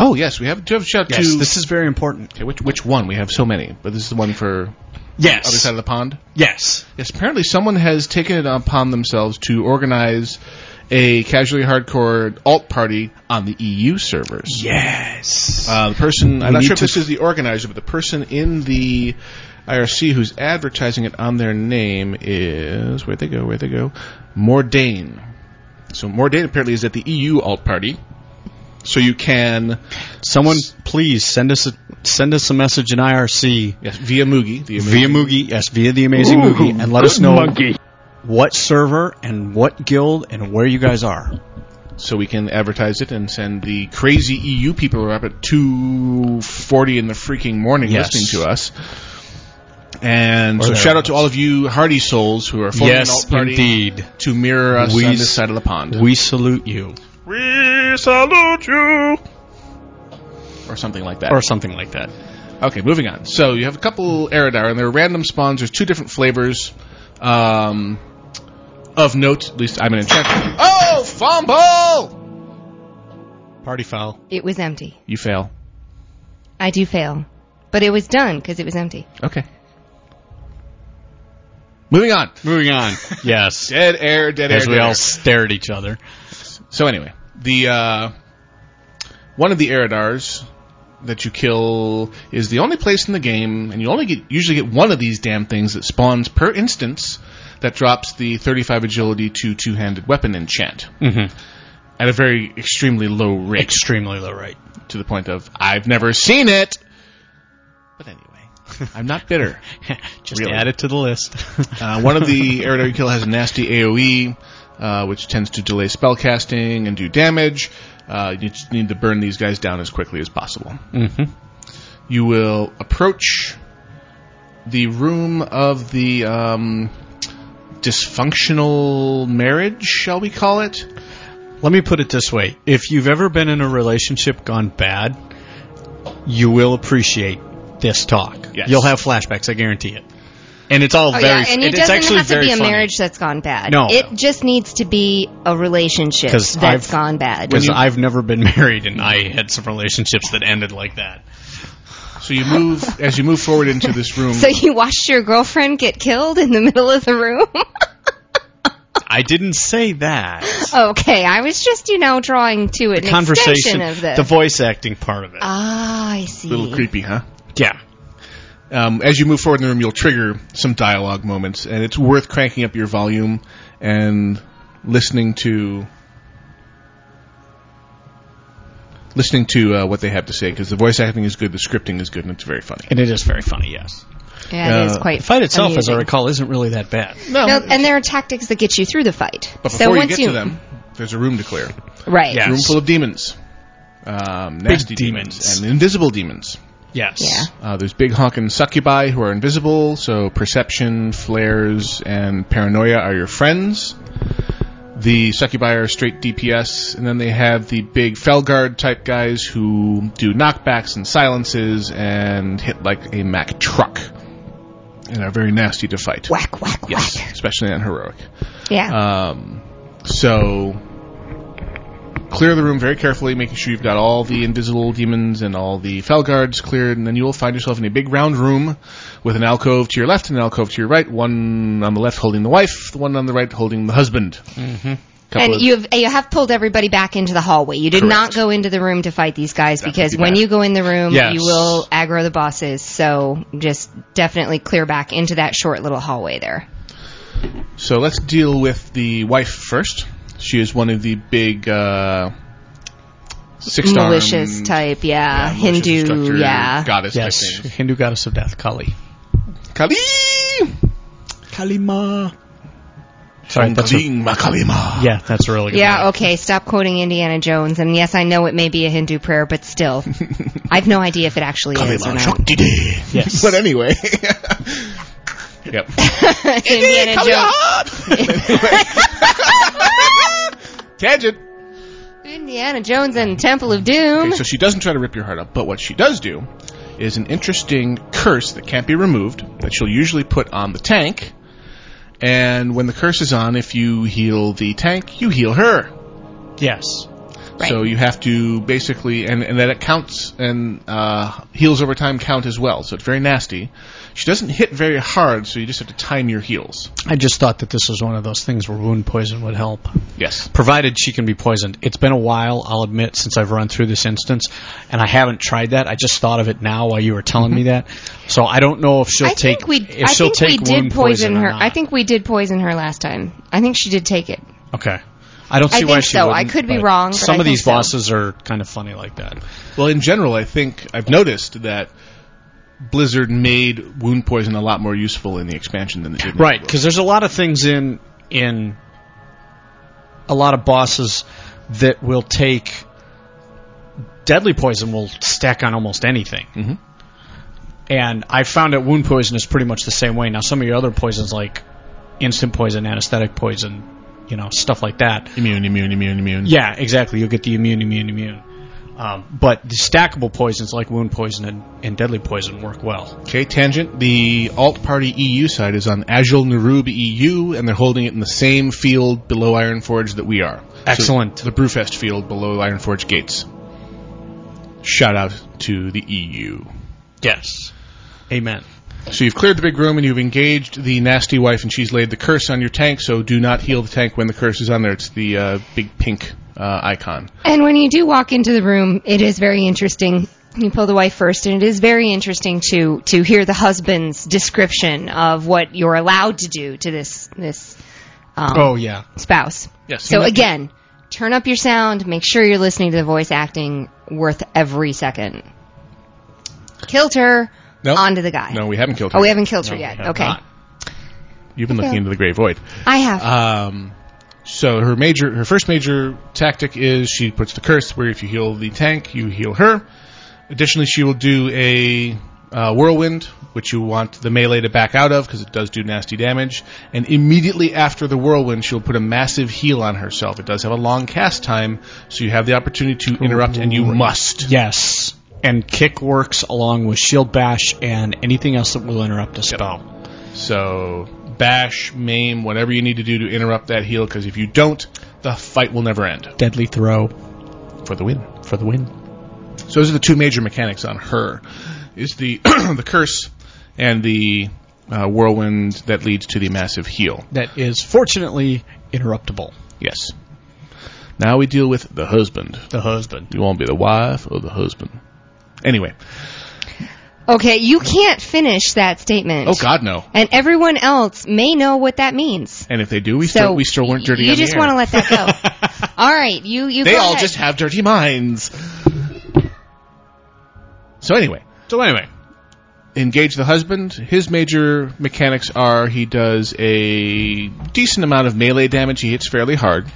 Oh yes, we have to have shout Yes, to. this is very important. Okay, which which one? We have so many, but this is the one for Yes. other side of the pond. Yes. Yes, apparently someone has taken it upon themselves to organize a casually hardcore alt party on the EU servers. Yes. Uh, the person, We I'm not need sure if to- this is the organizer, but the person in the IRC who's advertising it on their name is, where'd they go, where'd they go? Mordane. So Mordane apparently is at the EU alt party. So you can Someone, please send us a send us a message in IRC yes via Moogie the via Moogie yes via the amazing Ooh, Moogie and let us good know monkey. what server and what guild and where you guys are. so we can advertise it and send the crazy EU people who are up at two forty in the freaking morning Yes. listening to us. And Or so their shout out to all of you hardy souls who are forming an alt party to mirror us We on s- this side of the pond We salute you We salute you. or something like that. or something like that. Okay, moving on. So you have a couple Eridar, and they're random spawns. There's two different flavors. Um, of note, at least I'm an enchanter. Oh, fumble! Party foul. It was empty. You fail. I do fail. But it was done because it was empty. Okay. Moving on. Moving on. Yes. Dead air, dead air. As we dead all air. stare at each other. So anyway, the uh, one of the Eridars that you kill is the only place in the game, and you only get usually get one of these damn things that spawns per instance that drops the 35 agility to two-handed weapon enchant Mm-hmm. at a very extremely low rate, Extremely low rate. to the point of I've never seen it. But anyway, I'm not bitter. Just Really. add it to the list. Uh, one of the Aerodar you kill has a nasty AoE, uh, which tends to delay spellcasting and do damage. Uh, you just need to burn these guys down as quickly as possible. Mhm. You will approach the room of the um, dysfunctional marriage, shall we call it? Let me put it this way: if you've ever been in a relationship gone bad, you will appreciate this talk. Yes. You'll have flashbacks, I guarantee it. And it's all Oh, very. yeah, and it, it's doesn't actually have to very be a funny. marriage that's gone bad. No. It just needs to be a relationship 'Cause that's I've- gone bad. Because I've never been married, and I had some relationships that ended like that. So you move as you move forward into this room. so you watched your girlfriend get killed in the middle of the room? I didn't say that. okay, I was just, you know, drawing to it an Conversation, extension of this. the voice acting part of it. ah, I see. little creepy, huh? yeah. um, as you move forward in the room, you'll trigger some dialogue moments, and it's worth cranking up your volume and listening to listening to uh, what they have to say because the voice acting is good, the scripting is good, and it's very funny. And it is very funny, yes. Yeah, it is Uh, quite The fight itself, as amusing. I recall, isn't really that bad. No, and there are tactics that get you through the fight. but so before you once get you to them, there's a room to clear. right, Yeah. Yes. Room full of demons, um, nasty demons. and invisible demons. Yes. Yeah. Uh, there's big honkin' succubi who are invisible, so perception, flares, and paranoia are your friends. The succubi are straight DPS, and then they have the big Felguard type guys who do knockbacks and silences and hit like a Mack truck and are very nasty to fight. whack whack Yes, whack. especially on heroic. Yeah, Um, so clear the room very carefully, making sure you've got all the invisible demons and all the fell guards cleared, and then you will find yourself in a big round room with an alcove to your left and an alcove to your right. One on the left holding the wife, the one on the right holding the husband. Mm-hmm. and you've you have pulled everybody back into the hallway. You did not go into the room to fight these guys because would be when bad. you go in the room, Yes. you will aggro the bosses. So just definitely clear back into that short little hallway there. So let's deal with the wife first. She is one of the big uh, six Malicious type, yeah, Hindu, yeah. goddess. type Yes. things. Hindu goddess of death, Kali. Kali, Kalima. Sorry, that's a, Ding, Makalima. yeah, that's a really good. Yeah, okay, stop quoting Indiana Jones. And yes, I know it may be a Hindu prayer, but still, I've no idea if it actually is or not. one. Yes. But anyway. yep. Indiana Come Jones. on! Tangent. Indiana Jones and the Temple of Doom. Okay, so she doesn't try to rip your heart up, but what she does do is an interesting curse that can't be removed that she'll usually put on the tank, And when the curse is on, if you heal the tank, you heal her. Yes. So you have to basically, and, and that it counts, and uh, heals over time count as well. So it's very nasty. She doesn't hit very hard, so you just have to time your heals. I just thought that this was one of those things where wound poison would help. Yes. Provided she can be poisoned. It's been a while, I'll admit, since I've run through this instance, and I haven't tried that. I just thought of it now while you were telling me that. So I don't know if she'll Mm-hmm. I take think we, if I she'll think we take did wound poison, poison or her. not. I think we did poison her last time. I think she did take it. Okay. I don't see I why think she so. wouldn't, I could be but wrong, but Some I of think these so. bosses are kind of funny like that. Well, in general, I think I've noticed that Blizzard made wound poison a lot more useful in the expansion than it did. in- Right, because there's a lot of things in in a lot of bosses that will take deadly poison will stack on almost anything. Mm-hmm. And I found that wound poison is pretty much the same way. Now, some of your other poisons like instant poison, anesthetic poison, you know, stuff like that. Immune, immune, immune, immune. Yeah, exactly. You'll get the immune, immune, immune. Um, but the stackable poisons like wound poison and, and deadly poison work well. Okay, tangent. The alt party EU side is on Agile Narub EU, and they're holding it in the same field below Ironforge that we are. Excellent. So the Brewfest field below Ironforge gates. Shout out to the E EU. Yes. Amen. So you've cleared the big room and you've engaged the nasty wife, and she's laid the curse on your tank. So do not heal the tank when the curse is on there. It's the uh, big pink uh, icon. And when you do walk into the room, it is very interesting. You pull the wife first, and it is very interesting to to hear the husband's description of what you're allowed to do to this this. Um, Oh, yeah. spouse. Yes, So he might- again, turn up your sound. Make sure you're listening to the voice acting worth every second. Killed her. Nope. Onto the guy. No, we haven't killed her. Oh, we haven't killed her No, yet. we have Okay. not. You've been Okay. looking into the gray void. I have. Um, so her major, her first major tactic is she puts the curse where if you heal the tank, you heal her. Additionally, she will do a uh, whirlwind, which you want the melee to back out of because it does do nasty damage. And immediately after the whirlwind, she'll put a massive heal on herself. It does have a long cast time, so you have the opportunity to interrupt, and you must. Yes. And kick works along with shield bash and anything else that will interrupt a spell. So bash, maim, whatever you need to do to interrupt that heal, because if you don't, the fight will never end. Deadly throw for the win. For the win. So those are the two major mechanics on her: is the the curse and the uh, whirlwind that leads to the massive heal. That is fortunately interruptible. Yes. Now we deal with the husband. The husband. You want to be the wife or the husband? Anyway. Okay, you can't finish that statement. Oh God, no. And everyone else may know what that means. And if they do, we So still we still weren't dirty. You on the just air. want to let that go. all right, you you. they go all ahead. just have dirty minds. So anyway, so anyway, engage the husband. His major mechanics are he does a decent amount of melee damage. He hits fairly hard,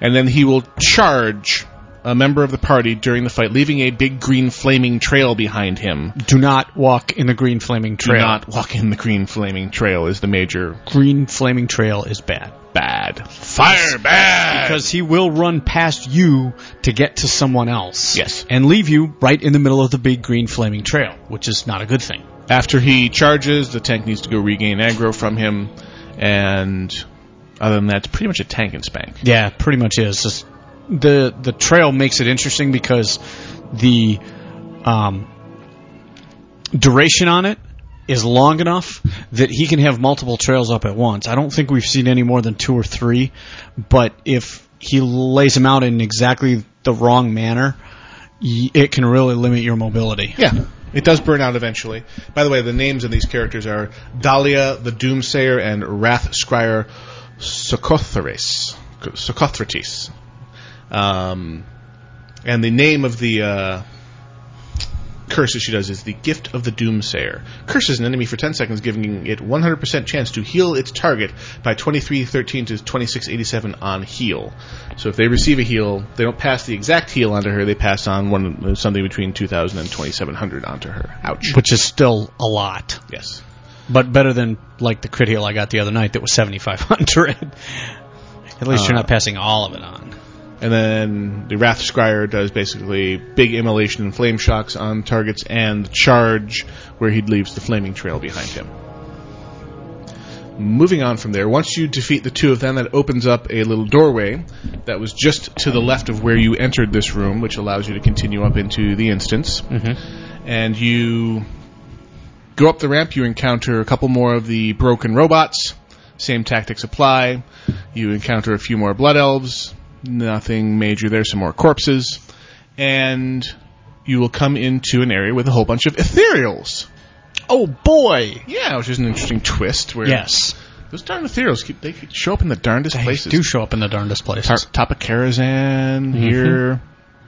and then he will charge a member of the party during the fight, leaving a big green flaming trail behind him. Do not walk in the green flaming trail. Do not walk in the green flaming trail is the major Green flaming trail is bad. bad. Fire bad. Because he will run past you to get to someone else. Yes. And leave you right in the middle of the big green flaming trail, which is not a good thing. After he charges, the tank needs to go regain aggro from him, and other than that, it's pretty much a tank and spank. Yeah, pretty much is. Just the the trail makes it interesting because the um, duration on it is long enough that he can have multiple trails up at once. I don't think we've seen any more than two or three, but if he lays them out in exactly the wrong manner, y- it can really limit your mobility. Yeah. It does burn out eventually. By the way, the names of these characters are Dahlia the Doomsayer and Wrathscryer Socothrace. Socothrates. Um, and the name of the uh, curse that she does is the Gift of the Doomsayer. Curses an enemy for 10 seconds, giving it 100% chance to heal its target by 2313 to 2687 on heal. So if they receive a heal, they don't pass the exact heal onto her, they pass on one something between 2000 and 2700 onto her. Ouch. Which is still a lot. Yes. But better than like the crit heal I got the other night that was 7500. At least you're Uh, not passing all of it on. And then the Wrath Scryer does basically big immolation and flame shocks on targets and charge where he leaves the flaming trail behind him. Moving on from there, once you defeat the two of them, that opens up a little doorway that was just to the left of where you entered this room, which allows you to continue up into the instance. Mm-hmm. And you go up the ramp, you encounter a couple more of the broken robots. Same tactics apply. You encounter a few more blood elves. Nothing major there, some more corpses. And you will come into an area with a whole bunch of ethereals. Oh boy! Yeah, which is an interesting twist. Where Yes. those darn ethereals keep, they could show up in the darndest places. do show up in the darndest Tar- places. top of Karazhan here.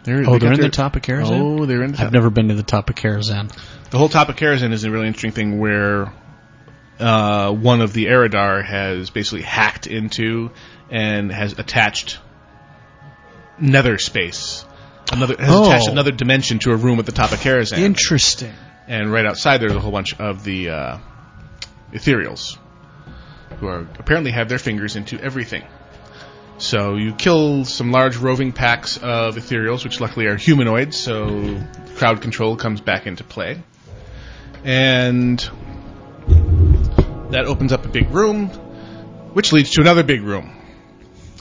They're, oh, they they're got in their- the top of Karazhan? Oh, they're in. The, I've never been to the top of Karazhan. the whole top of Karazhan is a really interesting thing where uh, one of the Eridar has basically hacked into and has attached nether space. Another has Oh. attached another dimension to a room at the top of Karazhan. Interesting. and right outside there's a whole bunch of the uh, ethereals who are apparently have their fingers into everything so you kill some large roving packs of ethereals which luckily are humanoid so crowd control comes back into play and that opens up a big room which leads to another big room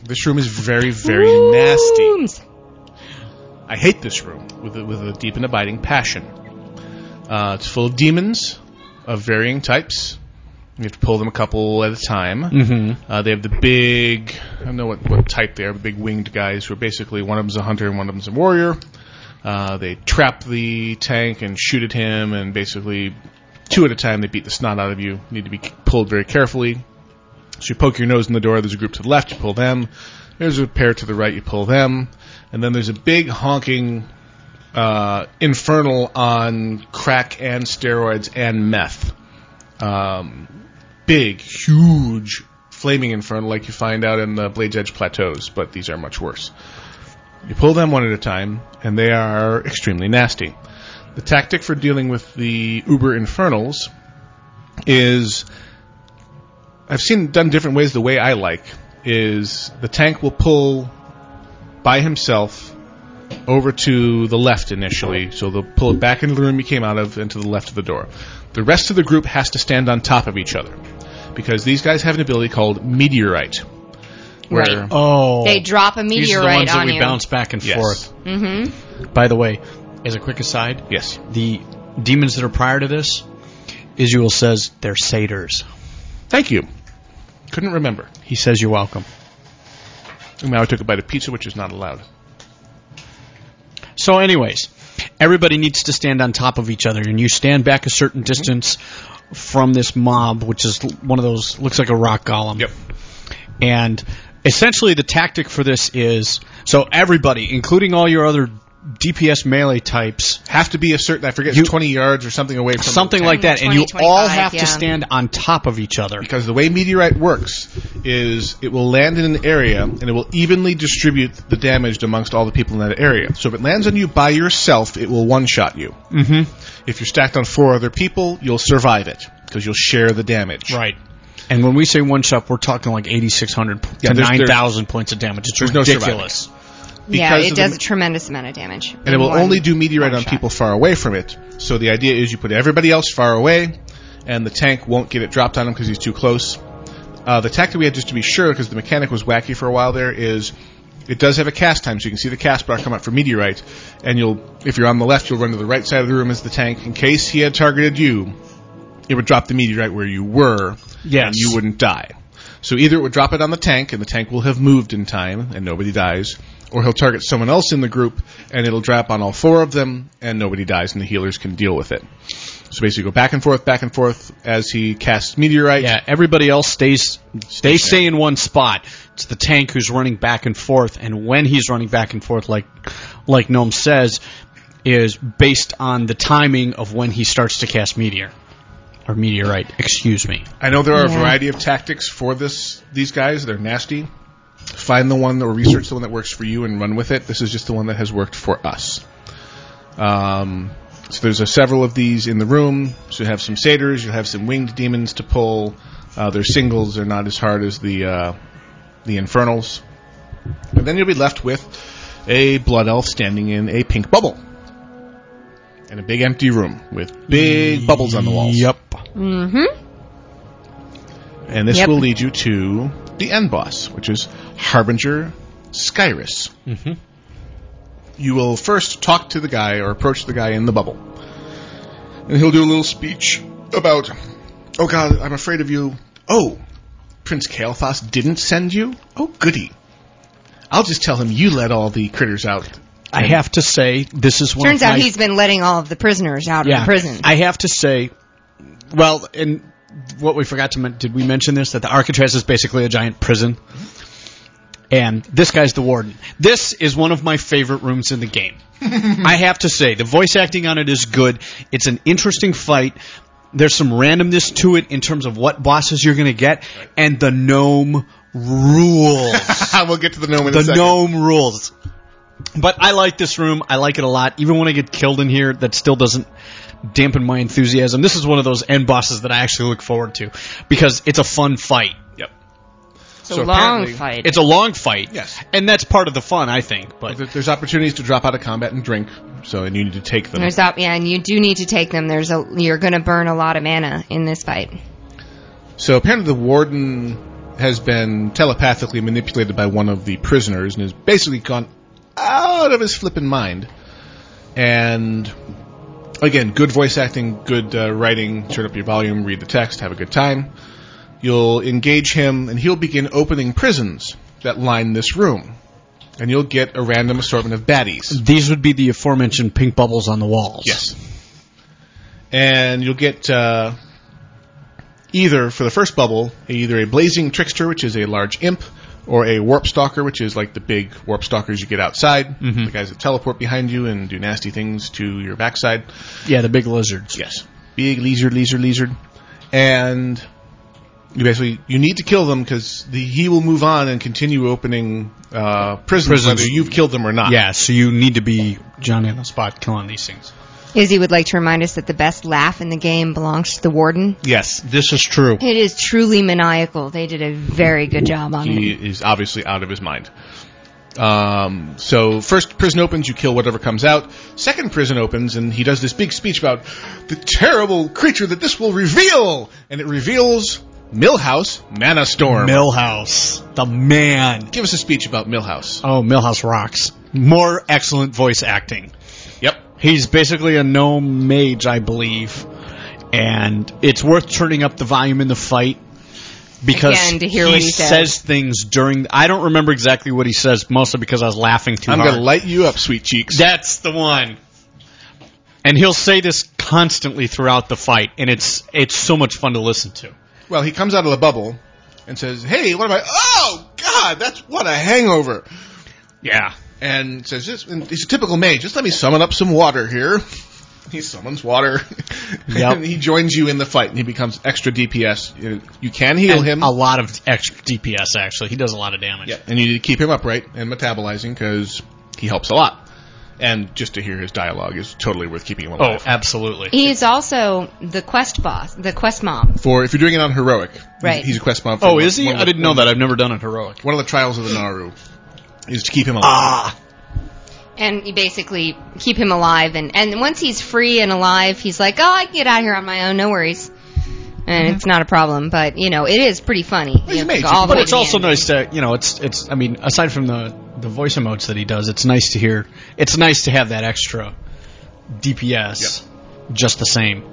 this room is very very nasty i hate this room with a, with a deep and abiding passion uh, it's full of demons of varying types. You have to pull them a couple at a time. Mhm. Uh, they have the big, I don't know what, what type they are, but big winged guys who are basically one of them's a hunter and one of them's a warrior. Uh, they trap the tank and shoot at him, and basically, two at a time, they beat the snot out of you. You need to be c- pulled very carefully. So you poke your nose in the door, there's a group to the left, you pull them. There's a pair to the right, you pull them. And then there's a big honking uh, infernal on crack and steroids and meth. Um, big, huge, flaming infernal like you find out in the Blade's Edge plateaus, but these are much worse. You pull them one at a time, and they are extremely nasty. The tactic for dealing with the Uber Infernals is I've seen it done different ways. The way I like is the tank will pull by himself over to the left initially, so they'll pull it back into the room you came out of and to the left of the door. The rest of the group has to stand on top of each other because these guys have an ability called meteorite. Where Right. Oh. They drop a These are meteorite the ones on that we you. bounce back and Yes. forth. Mm-hmm. By the way, as a quick aside, yes, the demons that are prior to this, Israel says they're satyrs. Thank you. Couldn't remember. He says you're welcome. And Now I took a bite of pizza, which is not allowed. So, anyways, everybody needs to stand on top of each other, and you stand back a certain distance from this mob, which is l- one of those looks like a rock golem. Yep. And essentially, the tactic for this is so everybody, including all your other DPS melee types, have to be a certain. I forget twenty yards or something away from something the like tank. that, and you all 20, have to 25, yeah. stand on top of each other. Because the way meteorite works is it will land in an area and it will evenly distribute the damage amongst all the people in that area. So if it lands on you by yourself, it will one shot you. Mm-hmm. If you're stacked on four other people, you'll survive it because you'll share the damage. Right. And when we say one shot, we're talking like 8,600 p- Yeah, to there's- there's- 9,000 points of damage. It's There's no surviving. ridiculous. Yeah, Because it of the does ma- a tremendous amount of damage. and it will One- only do meteorite on people far away from it. So the idea is you put everybody else far away, and the tank won't get it dropped on him because he's too close. Uh, the tactic we had just to be sure, because the mechanic was wacky for a while there, is it does have a cast time, so you can see the cast bar come up for meteorite, and you'll if you're on the left, you'll run to the right side of the room as the tank in case he had targeted you. It would drop the meteorite where you were, Yes. and you wouldn't die. So either it would drop it on the tank, and the tank will have moved in time, and nobody dies, or he'll target someone else in the group, and it'll drop on all four of them, and nobody dies, and the healers can deal with it. So basically, go back and forth, back and forth as he casts meteorite. Yeah, everybody else stays. They stay in one spot. It's the tank who's running back and forth, and when he's running back and forth, like like Gnome says, is based on the timing of when he starts to cast meteor or meteorite. Excuse me. I know there are Yeah. a variety of tactics for this. These guys, they're nasty. Find the one or research the one that works for you and run with it. This is just the one that has worked for us. Um, so there's a, several of these in the room. So you have some satyrs, you have some winged demons to pull. Uh, their singles are not as hard as the uh, the infernals, and then you'll be left with a blood elf standing in a pink bubble in a big empty room with big bubbles on the walls. Yep. Mm-hmm. And this Yep. will lead you to the end boss, which is Harbinger Skyrus. Mm-hmm. You will first talk to the guy or approach the guy in the bubble. And he'll do a little speech about, oh god, I'm afraid of you. Oh, Prince Kael'thas didn't send you? Oh, goody. I'll just tell him you let all the critters out. I have to say, this is one Turns of out my he's been letting all of the prisoners out of the prison. I have to say, well, and what we forgot to men- did we mention this that the Alcatraz is basically a giant prison, and this guy's the warden. This is one of my favorite rooms in the game. I have to say, the voice acting on it is good. It's an interesting fight. There's some randomness to it in terms of what bosses you're going to get, and the gnome rules. we'll get to the gnome in the a second. gnome rules. But I like this room. I like it a lot. Even when I get killed in here, that still doesn't dampen my enthusiasm. This is one of those end bosses that I actually look forward to because it's a fun fight. Yep. It's a long fight. It's a long fight. Yes. And that's part of the fun, I think. But There- There's opportunities to drop out of combat and drink, so and you need to take them. There's op- yeah, and you do need to take them. There's a you're going to burn a lot of mana in this fight. So apparently the warden has been telepathically manipulated by one of the prisoners and has basically gone out of his flippin' mind. And again, good voice acting, good uh, writing. Turn up your volume, read the text, have a good time. You'll engage him, and he'll begin opening prisons that line this room. And you'll get a random assortment of baddies. these would be the aforementioned pink bubbles on the walls. Yes. And you'll get uh, either for the first bubble, either a blazing trickster, which is a large imp, or a warp stalker, which is like the big warp stalkers you get outside, the guys that teleport behind you and do nasty things to your backside. Yeah, the big lizards. Yes, big lizard, lizard, lizard, and you basically you need to kill them because the, he will move on and continue opening uh, prisons, Prisons. whether you've killed them or not. Yeah, so you need to be Johnny on the spot killing these things. Izzy would like to remind us that the best laugh in the game belongs to the warden. Yes, this is true. It is truly maniacal. They did a very good job on it. he is obviously out of his mind. Um, so first prison opens, you kill whatever comes out. Second prison opens, and he does this big speech about the terrible creature that this will reveal, and it reveals Millhouse Manastorm. Millhouse, the man. Give us a speech about Millhouse. Oh, Millhouse rocks. More excellent voice acting. Yep. He's basically a gnome mage, I believe, and it's worth turning up the volume in the fight because Again, to hear he, what he says. says. things during. I don't remember exactly what he says, mostly because I was laughing too I'm hard. gonna light you up, sweet cheeks. That's the one. And he'll say this constantly throughout the fight, and it's it's so much fun to listen to. Well, he comes out of the bubble and says, "Hey, what am I? Oh God, that's what a hangover." Yeah. and says, "This and he's a typical mage. Just let me summon up some water here." He summons water, Yep. and he joins you in the fight, and he becomes extra DPS. You- You can heal And him, a lot of extra DPS actually. He does a lot of damage. yeah, and you need to keep him upright and metabolizing because he helps a lot. And just to hear his dialogue is totally worth keeping him Oh, alive. absolutely. He is also the quest boss, the quest mom. For if you're doing it on heroic, Right. He's a quest mob. for Oh, one- is he? one of I the- didn't know that. I've never done it heroic. One of the trials of the Naru is to keep him alive. Ah, And you basically keep him alive. And, and once he's free and alive, he's like, oh, I can get out of here on my own. No worries. And it's not a problem. But, you know, it is pretty funny. he's You a know, mage. all the but way it's to the also end. nice to you know it's it's I mean aside from the the voice emotes that he does, it's nice to hear. It's nice to have that extra DPS. Just the same.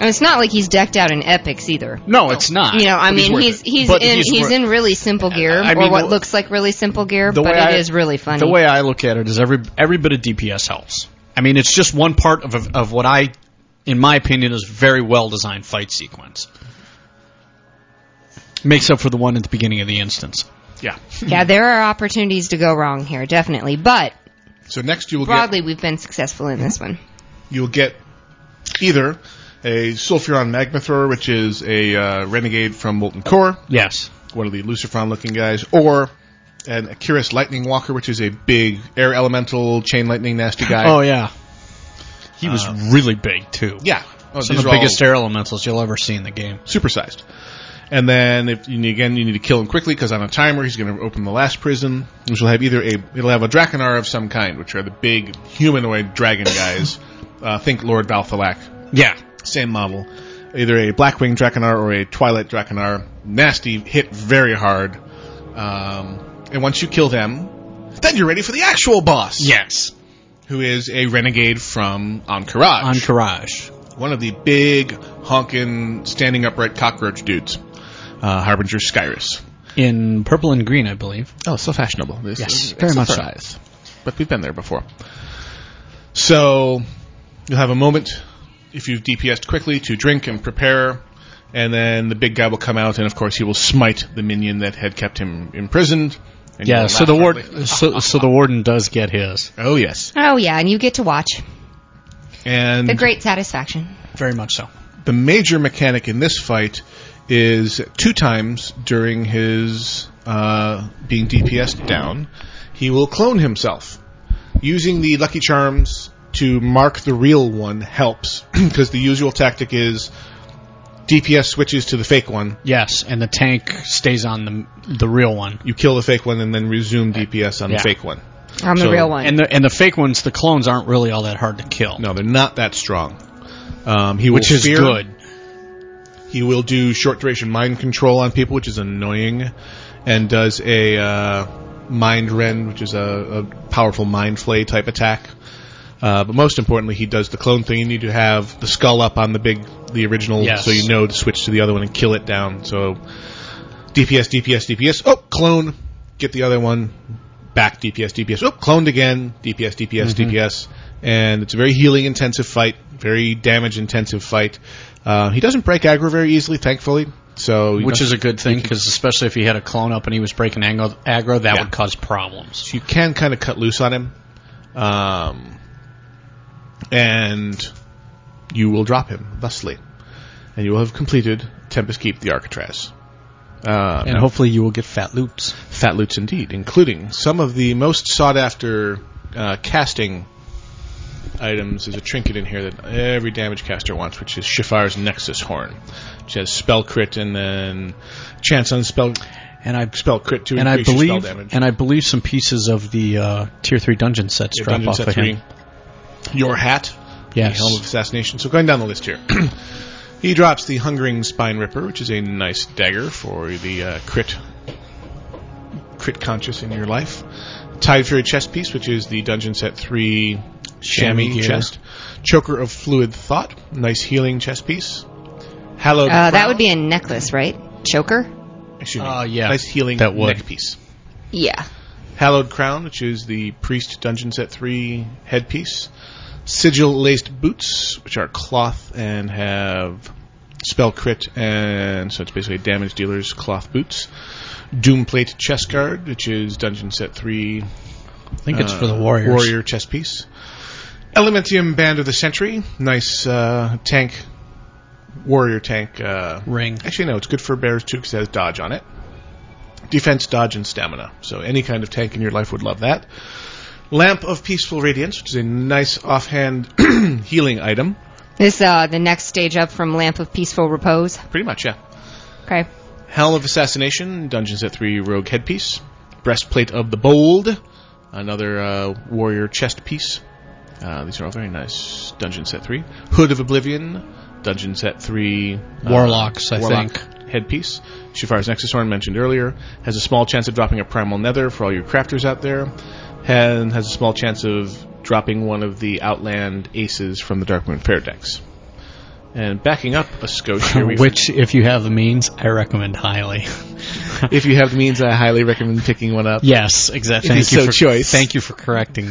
And it's not like he's decked out in epics either. No, it's not. You know, I But mean, worth he's it. he's, But in he's he's, worth- in really simple gear, I mean, or what the- looks like really simple gear, the but it way is I- really funny. The way I look at it is every every bit of DPS helps. I mean, it's just one part of of, of what I, in my opinion, is very well designed fight sequence. Makes up for the one at the beginning of the instance. Yeah. yeah, Hmm. there are opportunities to go wrong here, definitely. But So next you will get broadly, we've been successful in Hmm. this one. you'll get either a Sulfuron Magma Thrower, which is a uh, renegade from Molten Core, Yes. one of the Lucifron looking guys, or an Akiris Lightning Walker, which is a big air elemental, chain lightning nasty guy. oh yeah. He was really big too. yeah. Oh, Uh, Some these of the are all biggest air elementals you'll ever see in the game. supersized. And then, if you need, again, you need to kill him quickly because on a timer he's going to open the last prison, which will have either a it'll have a Draconar of some kind, which are the big humanoid dragon guys. uh, think Lord Balthalak, Yeah. same model, either a Blackwing Draconar or a Twilight Draconar. Nasty, hit very hard. Um, and once you kill them, then you're ready for the actual boss. Yes. Who is a renegade from Encourage. Encourage. One of the big, honkin', standing upright cockroach dudes. Uh, Harbinger Skyrus. In purple and green, I believe. Oh, so fashionable. This Yes, is- very it's much not so. surprise. But we've been there before. So you'll have a moment, if you've DPSed quickly, to drink and prepare, and then the big guy will come out, and of course he will smite the minion that had kept him imprisoned. And you yeah. will So laugh the hardly. warden, so, so the warden does get his. Oh yes. Oh yeah, and you get to watch. And The Hmm. great satisfaction. Very much so. the major mechanic in this fight is two times during his uh, being DPS down, he will clone himself. Using the lucky charms to mark the real one helps because the usual tactic is DPS switches to the fake one. Yes, and the tank stays on the the real one. You kill the fake one and then resume DPS on Yeah. the fake one. I'm the So- real one. And the and the fake ones, the clones aren't really all that hard to kill. No, they're not that strong. Um, he will Which is fear- good. He will do short duration mind control on people, which is annoying, and does a uh, mind rend, which is a, a powerful mind flay type attack. Uh, but most importantly, he does the clone thing. You need to have the skull up on the big, the original, Yes. so you know to switch to the other one and kill it down. So DPS, DPS, DPS. Oh, clone. Get the other one. Back DPS, DPS. Oh, cloned again. DPS, DPS, DPS. And it's a very healing intensive fight, very damage intensive fight. Uh, he doesn't break aggro very easily, thankfully. So you Which know, is a good thing because especially if he had a clone up and he was breaking angle, aggro, that Yeah. would cause problems. you can kind of cut loose on him, um, and you will drop him thusly, and you will have completed Tempest Keep the Arcatraz. Uh, And now- hopefully you will get fat loots. Fat loots indeed, including some of the most sought after uh, casting items. There's a trinket in here that every damage caster wants, which is Shifar's Nexus Horn, which has spell crit and then chance on spell And I spell crit to and I increase your believe spell damage. and I believe some pieces of the uh, tier three dungeon sets Yeah, drop dungeon off set of him. three. Your hat, Yes. the helm of assassination. So going down the list here. He drops the Hungering Spine Ripper, which is a nice dagger for the uh, crit crit conscious in your life. Tide Fury chest piece, which is the dungeon set three Chamois chamois gear. chest. Choker of Fluid Thought, nice healing chest piece. Hallowed Uh, that Crown- would be a necklace, right? Choker? excuse me, Uh, yeah, nice healing that would. neck piece. Yeah. Hallowed Crown, which is the Priest Dungeon Set 3 headpiece. Sigil Laced Boots, which are cloth and have spell crit, and so it's basically damage dealer's cloth boots. Doomplate Chest Guard, which is Dungeon Set 3. I think it's uh, for the warriors. Warrior chest piece. Elementium Band of the Sentry, nice uh, tank, warrior tank uh, ring. Actually, no, it's good for bears too because it has dodge on it. Defense, dodge, and stamina. So any kind of tank in your life would love that. Lamp of Peaceful Radiance, which is a nice offhand healing item. This uh the next stage up from Lamp of Peaceful Repose. Pretty much, yeah. Okay. Helm of Assassination, Dungeons at Three Rogue Headpiece. Breastplate of the Bold, another uh, warrior chest piece. Uh, these are all very nice. Dungeon Set 3. Hood of Oblivion, Dungeon Set 3. uh, Warlocks, I Warlock think. Headpiece. Shifar's Nexus Horn, mentioned earlier, has a small chance of dropping a Primal Nether for all you crafters out there, and has a small chance of dropping one of the Outland Aces from the Dark Moon Fair decks. And backing up a skosh here, we've Which, if you have the means, I recommend highly. if you have the means, I highly recommend picking one up. yes, exactly. It Thank is you so for choice. Thank you for correcting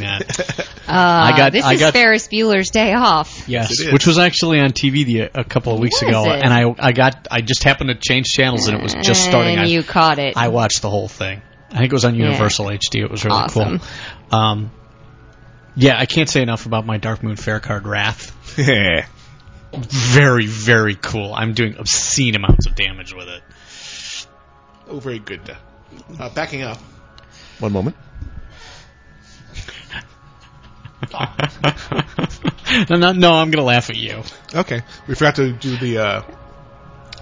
that. Uh, got- this I is got- Ferris Bueller's Day Yes, Off. Yes, it is. which was actually on TV the, a couple of weeks Was ago, it? and I I got I just happened to change channels and it was just starting. And I, you caught it. I watched the whole thing. I think it was on Universal HD. It was really Awesome. cool. Um, yeah, I can't say enough about my Dark Moon Fair card Wrath. Very very cool. I'm doing obscene amounts of damage with it. Oh, very good. Uh, backing up. One moment. no, no, no, I'm gonna laugh at you. Okay, we forgot to do the uh,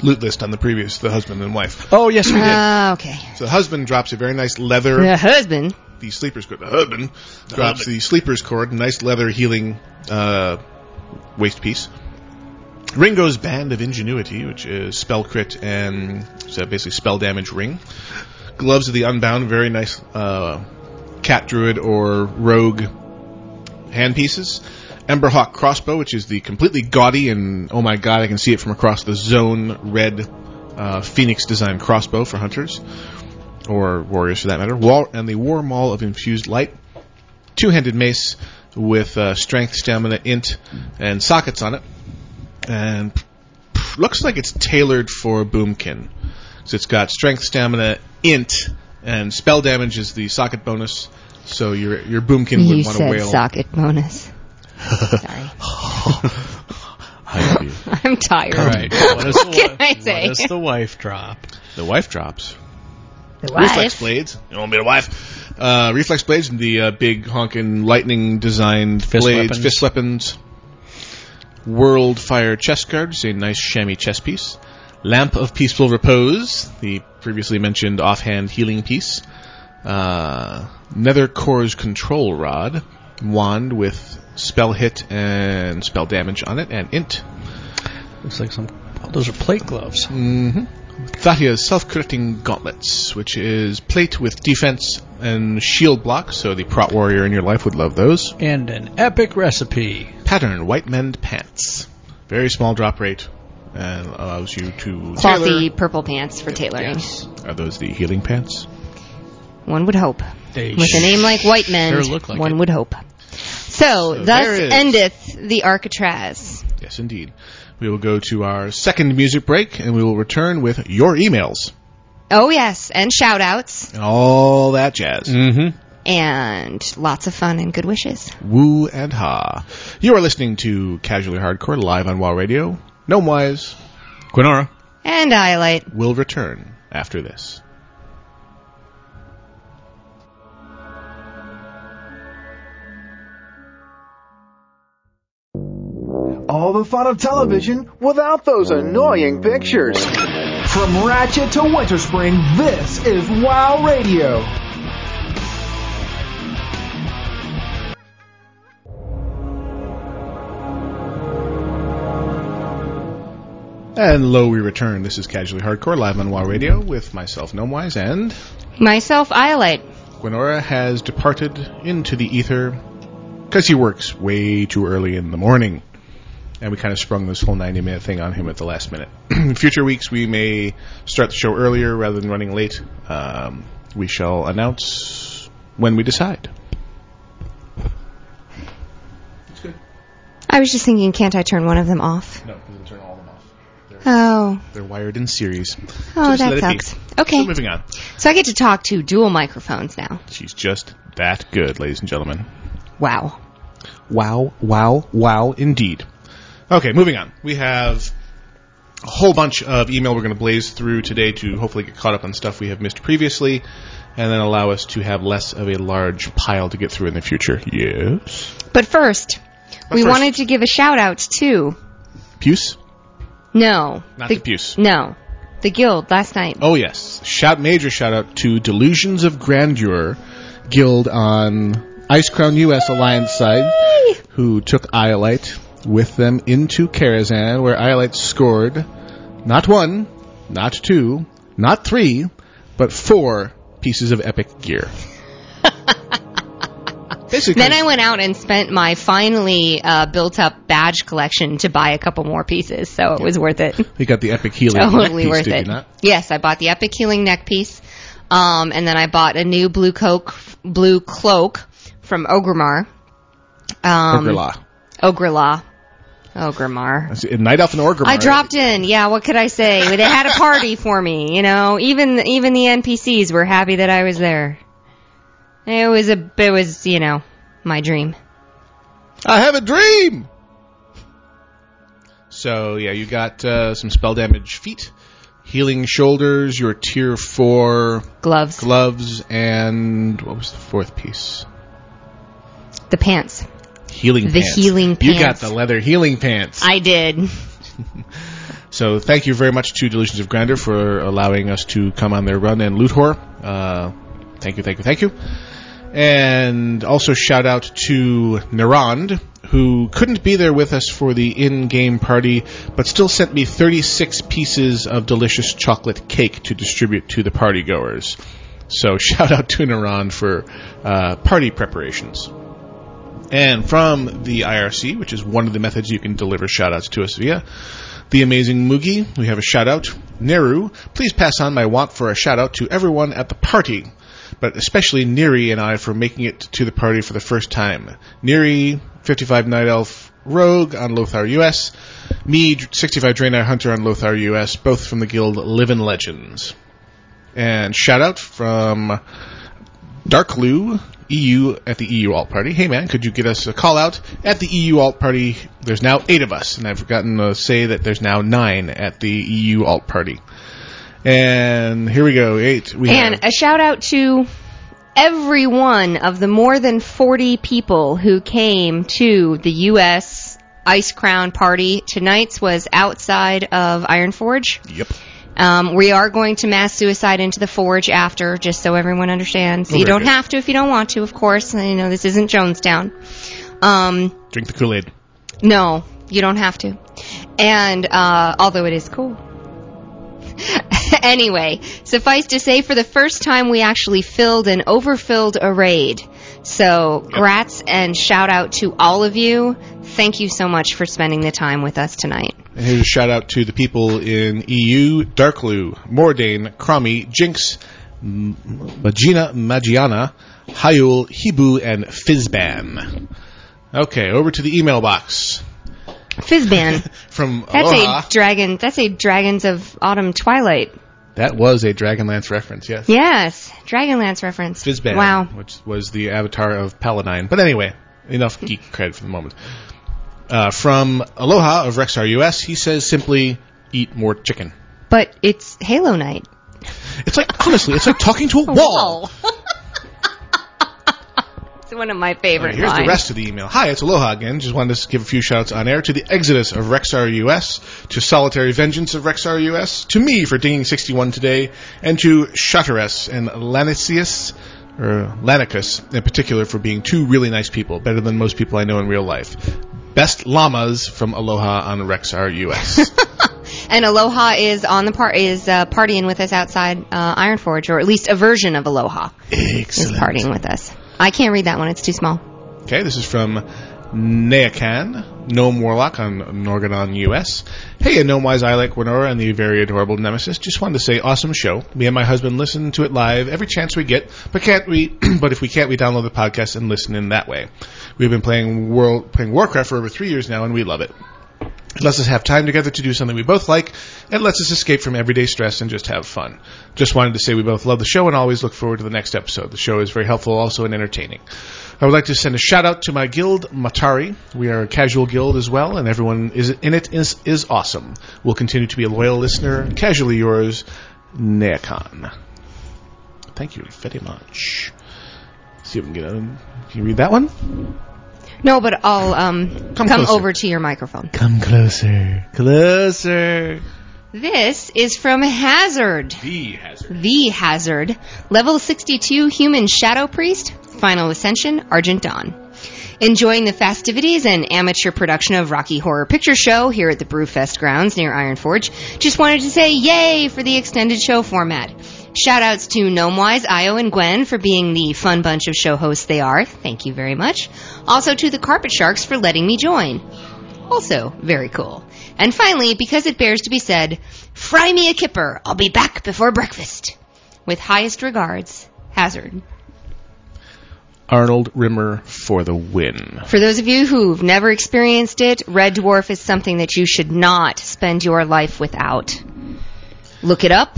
loot list on the previous, the husband and wife. Oh yes, we did. Ah, okay. So the husband drops a very nice leather, The husband. the sleeper's cord. The husband drops the sleeper's cord, nice leather healing uh, waist piece. Ringo's Band of Ingenuity, which is spell crit and so basically spell damage ring. Gloves of the Unbound, very nice uh, cat druid or rogue handpieces. Emberhawk crossbow, which is the completely gaudy and oh my god, I can see it from across the zone red uh, phoenix designed crossbow for hunters or warriors for that matter. Wall and the war maul of infused light, two handed mace with uh, strength, stamina, int, and sockets on it, and p- p- looks like it's tailored for boomkin. So it's got strength, stamina, int, and spell damage is the socket bonus. So your your boomkin you would want to said wail. socket bonus. Sorry. I'm tired. All right. What, can I say? does the wife drop? The wife drops. The Reflex blades. You want me to wife? Uh, reflex blades and the uh, big honking lightning designed Fist blades, weapons. fist weapons. World Fire chess cards, a nice chamois chess piece. Lamp of Peaceful Repose, the previously mentioned offhand healing piece. Uh, Nether Core's Control Rod, wand with spell hit and spell damage on it, and int. Looks like some. Oh, those are plate gloves. Mm-hmm. Thatia's self-critting gauntlets, which is plate with defense and shield block, so the prot warrior in your life would love those. And an epic recipe. Pattern white mend pants, very small drop rate, and allows you to Clothy purple pants for tailoring. tailor. Are those the healing pants? One would hope. They With a name like White Men, sure look like one it. would hope. So, thus there is- endeth the Arcatraz. Yes, indeed. We will go to our second music break, and we will return with your emails Oh yes, and shout outs and all that jazz. Mm. Mm-hmm. and lots of fun and good wishes. Woo and ha. You are listening to Casually Hardcore live on WoW Radio. Gnome Wise, Quinora And I like will return after this. All the fun of television without those annoying pictures. From Ratchet to Winter Spring, this is WoW Radio. And lo, we return. This is Casually Hardcore live on WoW Radio with myself, Gnome Wise, and myself Iolite. Gwenora has departed into the ether because he works way too early in the morning. And we kind of sprung this whole 90 minute thing on him at the last minute. in future weeks, we may start the show earlier rather than running late. Um, we shall announce when we decide. I was just thinking, can't I turn one of them off? No, because turn all of them off. Oh, They're wired in series. Oh, just that let it be. sucks. Okay. So moving on. so I get to talk to dual microphones now. She's just that good, ladies and gentlemen. Wow. Wow, wow, wow, indeed. Okay, moving on. We have a whole bunch of email we're going to blaze through today to hopefully get caught up on stuff we have missed previously and then allow us to have less of a large pile to get through in the future. Yes. But first, we first- wanted to give a shout out to Puce? no, Not the, to Puce. no, the guild last night. Oh, yes. Shout Major shout out to Delusions of Grandeur Guild on Ice Crown US Alliance side, who took Iolite with them into Karazhan, where Iolite scored not one, not two, not three, but four pieces of epic gear. Basically, Then I went out and spent my finally uh, built up badge collection to buy a couple more pieces, so it was worth it. we got the epic healing neck totally piece, worth did it. you not? Yes, I bought the epic healing neck piece, um, and then I bought a new blue cloak, blue cloak from Ogremar. Um, Orgrimmar. Ogrela. Ogremar. That's it, Night Elf and Orgrimmar. I dropped in. Yeah, what could I say? They had a party for me. You know, even even the NPCs were happy that I was there. It was a it was you know my dream. I have a dream. So yeah, you got uh, some spell damage feet, healing shoulders, your tier four gloves, gloves, and what was the fourth piece? The pants. Healing The pants. healing You got pants. the leather healing pants. I did. So thank you very much to Delusions of Grandeur for allowing us to come on their run and loot whore. Uh, thank you, thank you, thank you. And also shout out to Narand, who couldn't be there with us for the in game party, but still sent me 36 pieces of delicious chocolate cake to distribute to the party goers. So shout out to Naran for uh, party preparations. And from the IRC, which is one of the methods you can deliver shout outs to us via, the amazing Moogie, we have a shout out. Neru, please pass on my want for a shout out to everyone at the party, but especially Neri and I for making it to the party for the first time. Neri, 55 Night Elf Rogue on Lothar US, me, 65 Draenei Hunter on Lothar US, both from the guild Livin' Legends. And shout out from Dark Lou, EU at the EU Alt Party. Hey man, could you get us a call out at the EU Alt Party? There's now eight of us, and I've forgotten to say that there's now nine at the EU Alt Party. And here we go, eight. We have- and a shout out to every one of the more than 40 people who came to the U.S. Ice Crown party. Tonight's was outside of Iron Forge. Yep. Um, we are going to mass suicide into the forge after, just so everyone understands. Oh, you very don't good. have to if you don't want to, of course. You know, this isn't Jonestown. Um, Drink the Kool Aid. no, you don't have to. And uh, although it is cool. anyway, suffice to say, for the first time, we actually filled and overfilled a raid. So, grats and shout out to all of you. Thank you so much for spending the time with us tonight. And here's a shout out to the people in EU, Darklu, Mordane, Crommy, Jinx, M- Magina, Magiana, Hayul, Hibu, and Fizban. Okay, over to the email box Fizban. from That's Aloha. a dragon. That's a Dragons of Autumn Twilight. That was a Dragonlance reference, yes. Yes, Dragonlance reference. Fizban, Wow. which was the avatar of Paladine. But anyway, enough geek cred for the moment. Uh, from Aloha of Rexar US, he says simply, eat more chicken. But it's Halo Night. It's like, honestly, it's like talking to a wall. it's one of my All favorite right, here's lines. the rest of the email. Hi, it's Aloha again. Just wanted to give a few shouts on air to the Exodus of Rexar US, to Solitary Vengeance of Rexar US, to me for dinging 61 today, and to Shutteress and Lanicius, or Lanicus in particular, for being two really nice people, better than most people I know in real life. Best llamas from Aloha on Rexar US. And Aloha is on the part is uh, partying with us outside uh, Iron Forge, or at least a version of Aloha is partying with us. I can't read that one; it's too small. Okay, this is from Neacan, Gnome Warlock on Norganon US. Hey, a Gnome Wise I like Winora and the very adorable Nemesis. Just wanted to say, awesome show. Me and my husband listen to it live every chance we get, but can't we? but if we can't, we download the podcast and listen in that way. We've been playing World, playing Warcraft for over three years now, and we love it. It lets us have time together to do something we both like. It lets us escape from everyday stress and just have fun. Just wanted to say we both love the show and always look forward to the next episode. The show is very helpful also and entertaining. I would like to send a shout out to my guild, Matari. We are a casual guild as well, and everyone is in it is, is awesome. We'll continue to be a loyal listener. Casually yours, Neacon. Thank you very much. See if we can get on. Can you read that one? No, but I'll um, come, closer. over to your microphone. Come closer. Closer. This is from Hazard. The Hazard. The Hazard. Level 62 Human Shadow Priest, Final Ascension, Argent Dawn. Enjoying the festivities and amateur production of Rocky Horror Picture Show here at the Brewfest grounds near Iron Forge. Just wanted to say yay for the extended show format. Shoutouts to Gnomewise, Io, and Gwen for being the fun bunch of show hosts they are. Thank you very much. Also to the Carpet Sharks for letting me join. Also very cool. And finally, because it bears to be said, fry me a kipper. I'll be back before breakfast. With highest regards, Hazard. Arnold Rimmer for the win. For those of you who've never experienced it, Red Dwarf is something that you should not spend your life without. Look it up,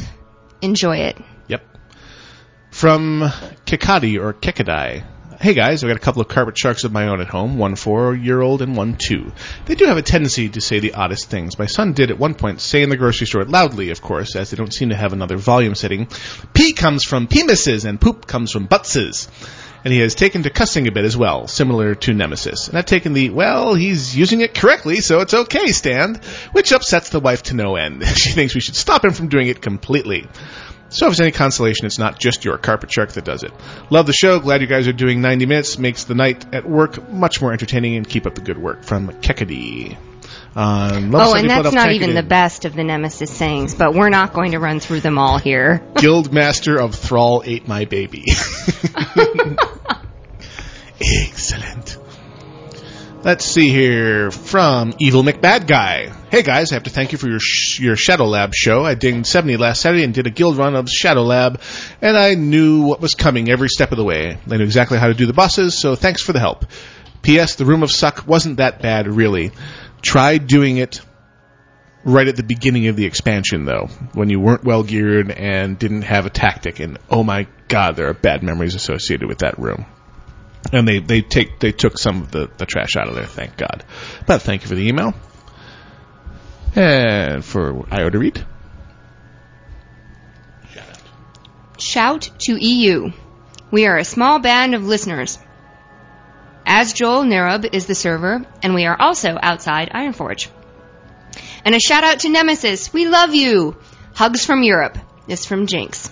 enjoy it. Yep. From Kikadi or Kikadai. Hey guys, I've got a couple of carpet sharks of my own at home, one four year old and one two. They do have a tendency to say the oddest things. My son did at one point say in the grocery store loudly, of course, as they don't seem to have another volume setting, pee comes from penises and poop comes from buttses. And he has taken to cussing a bit as well, similar to Nemesis. And I've taken the, well, he's using it correctly, so it's okay stand, which upsets the wife to no end. she thinks we should stop him from doing it completely. So if it's any consolation, it's not just your carpet shark that does it. Love the show. Glad you guys are doing 90 minutes. Makes the night at work much more entertaining and keep up the good work. From Kekadi. Um, love oh, and Sunday Blood that's Up not Tank even It the In. best of the Nemesis sayings, but we're not going to run through them all here. Guild Master of Thrall ate my baby. Excellent. Let's see here from Evil McBad Guy. Hey guys, I have to thank you for your sh- your Shadow Lab show. I dinged 70 last Saturday and did a guild run of Shadow Lab, and I knew what was coming every step of the way. I knew exactly how to do the bosses, so thanks for the help. P.S. The Room of Suck wasn't that bad, really. Try doing it right at the beginning of the expansion, though, when you weren't well geared and didn't have a tactic. And oh my god, there are bad memories associated with that room. And they, they take they took some of the, the trash out of there, thank God. But thank you for the email. And for IO to read. Shout to EU. We are a small band of listeners. As Joel Nerub is the server, and we are also outside Ironforge. And a shout out to Nemesis. We love you. Hugs from Europe. This from Jinx.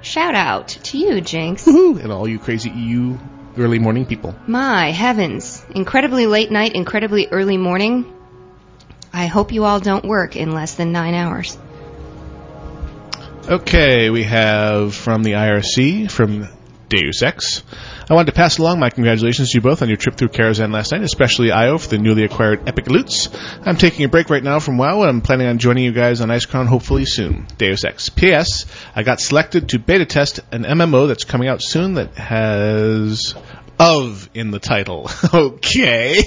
Shout out to you, Jinx. And all you crazy EU early morning people. My heavens. Incredibly late night, incredibly early morning. I hope you all don't work in less than nine hours. Okay, we have from the IRC, from Deus Ex. I wanted to pass along my congratulations to you both on your trip through Karazhan last night, especially IO for the newly acquired Epic Loots. I'm taking a break right now from WoW, and I'm planning on joining you guys on Icecrown hopefully soon. Deus Ex. P.S. I got selected to beta test an MMO that's coming out soon that has of in the title. okay.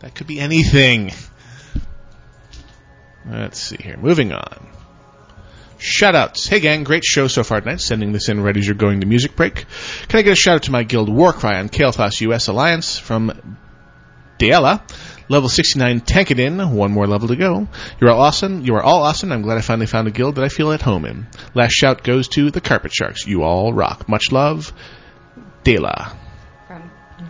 that could be anything. Let's see here. Moving on. Shoutouts. Hey gang, great show so far tonight. Sending this in right as you're going to music break. Can I get a shout out to my guild Warcry on Kael'thas US Alliance from Diella? Level 69 tank it in. One more level to go. You're all awesome. You are all awesome. I'm glad I finally found a guild that I feel at home in. Last shout goes to the Carpet Sharks. You all rock. Much love. Dela.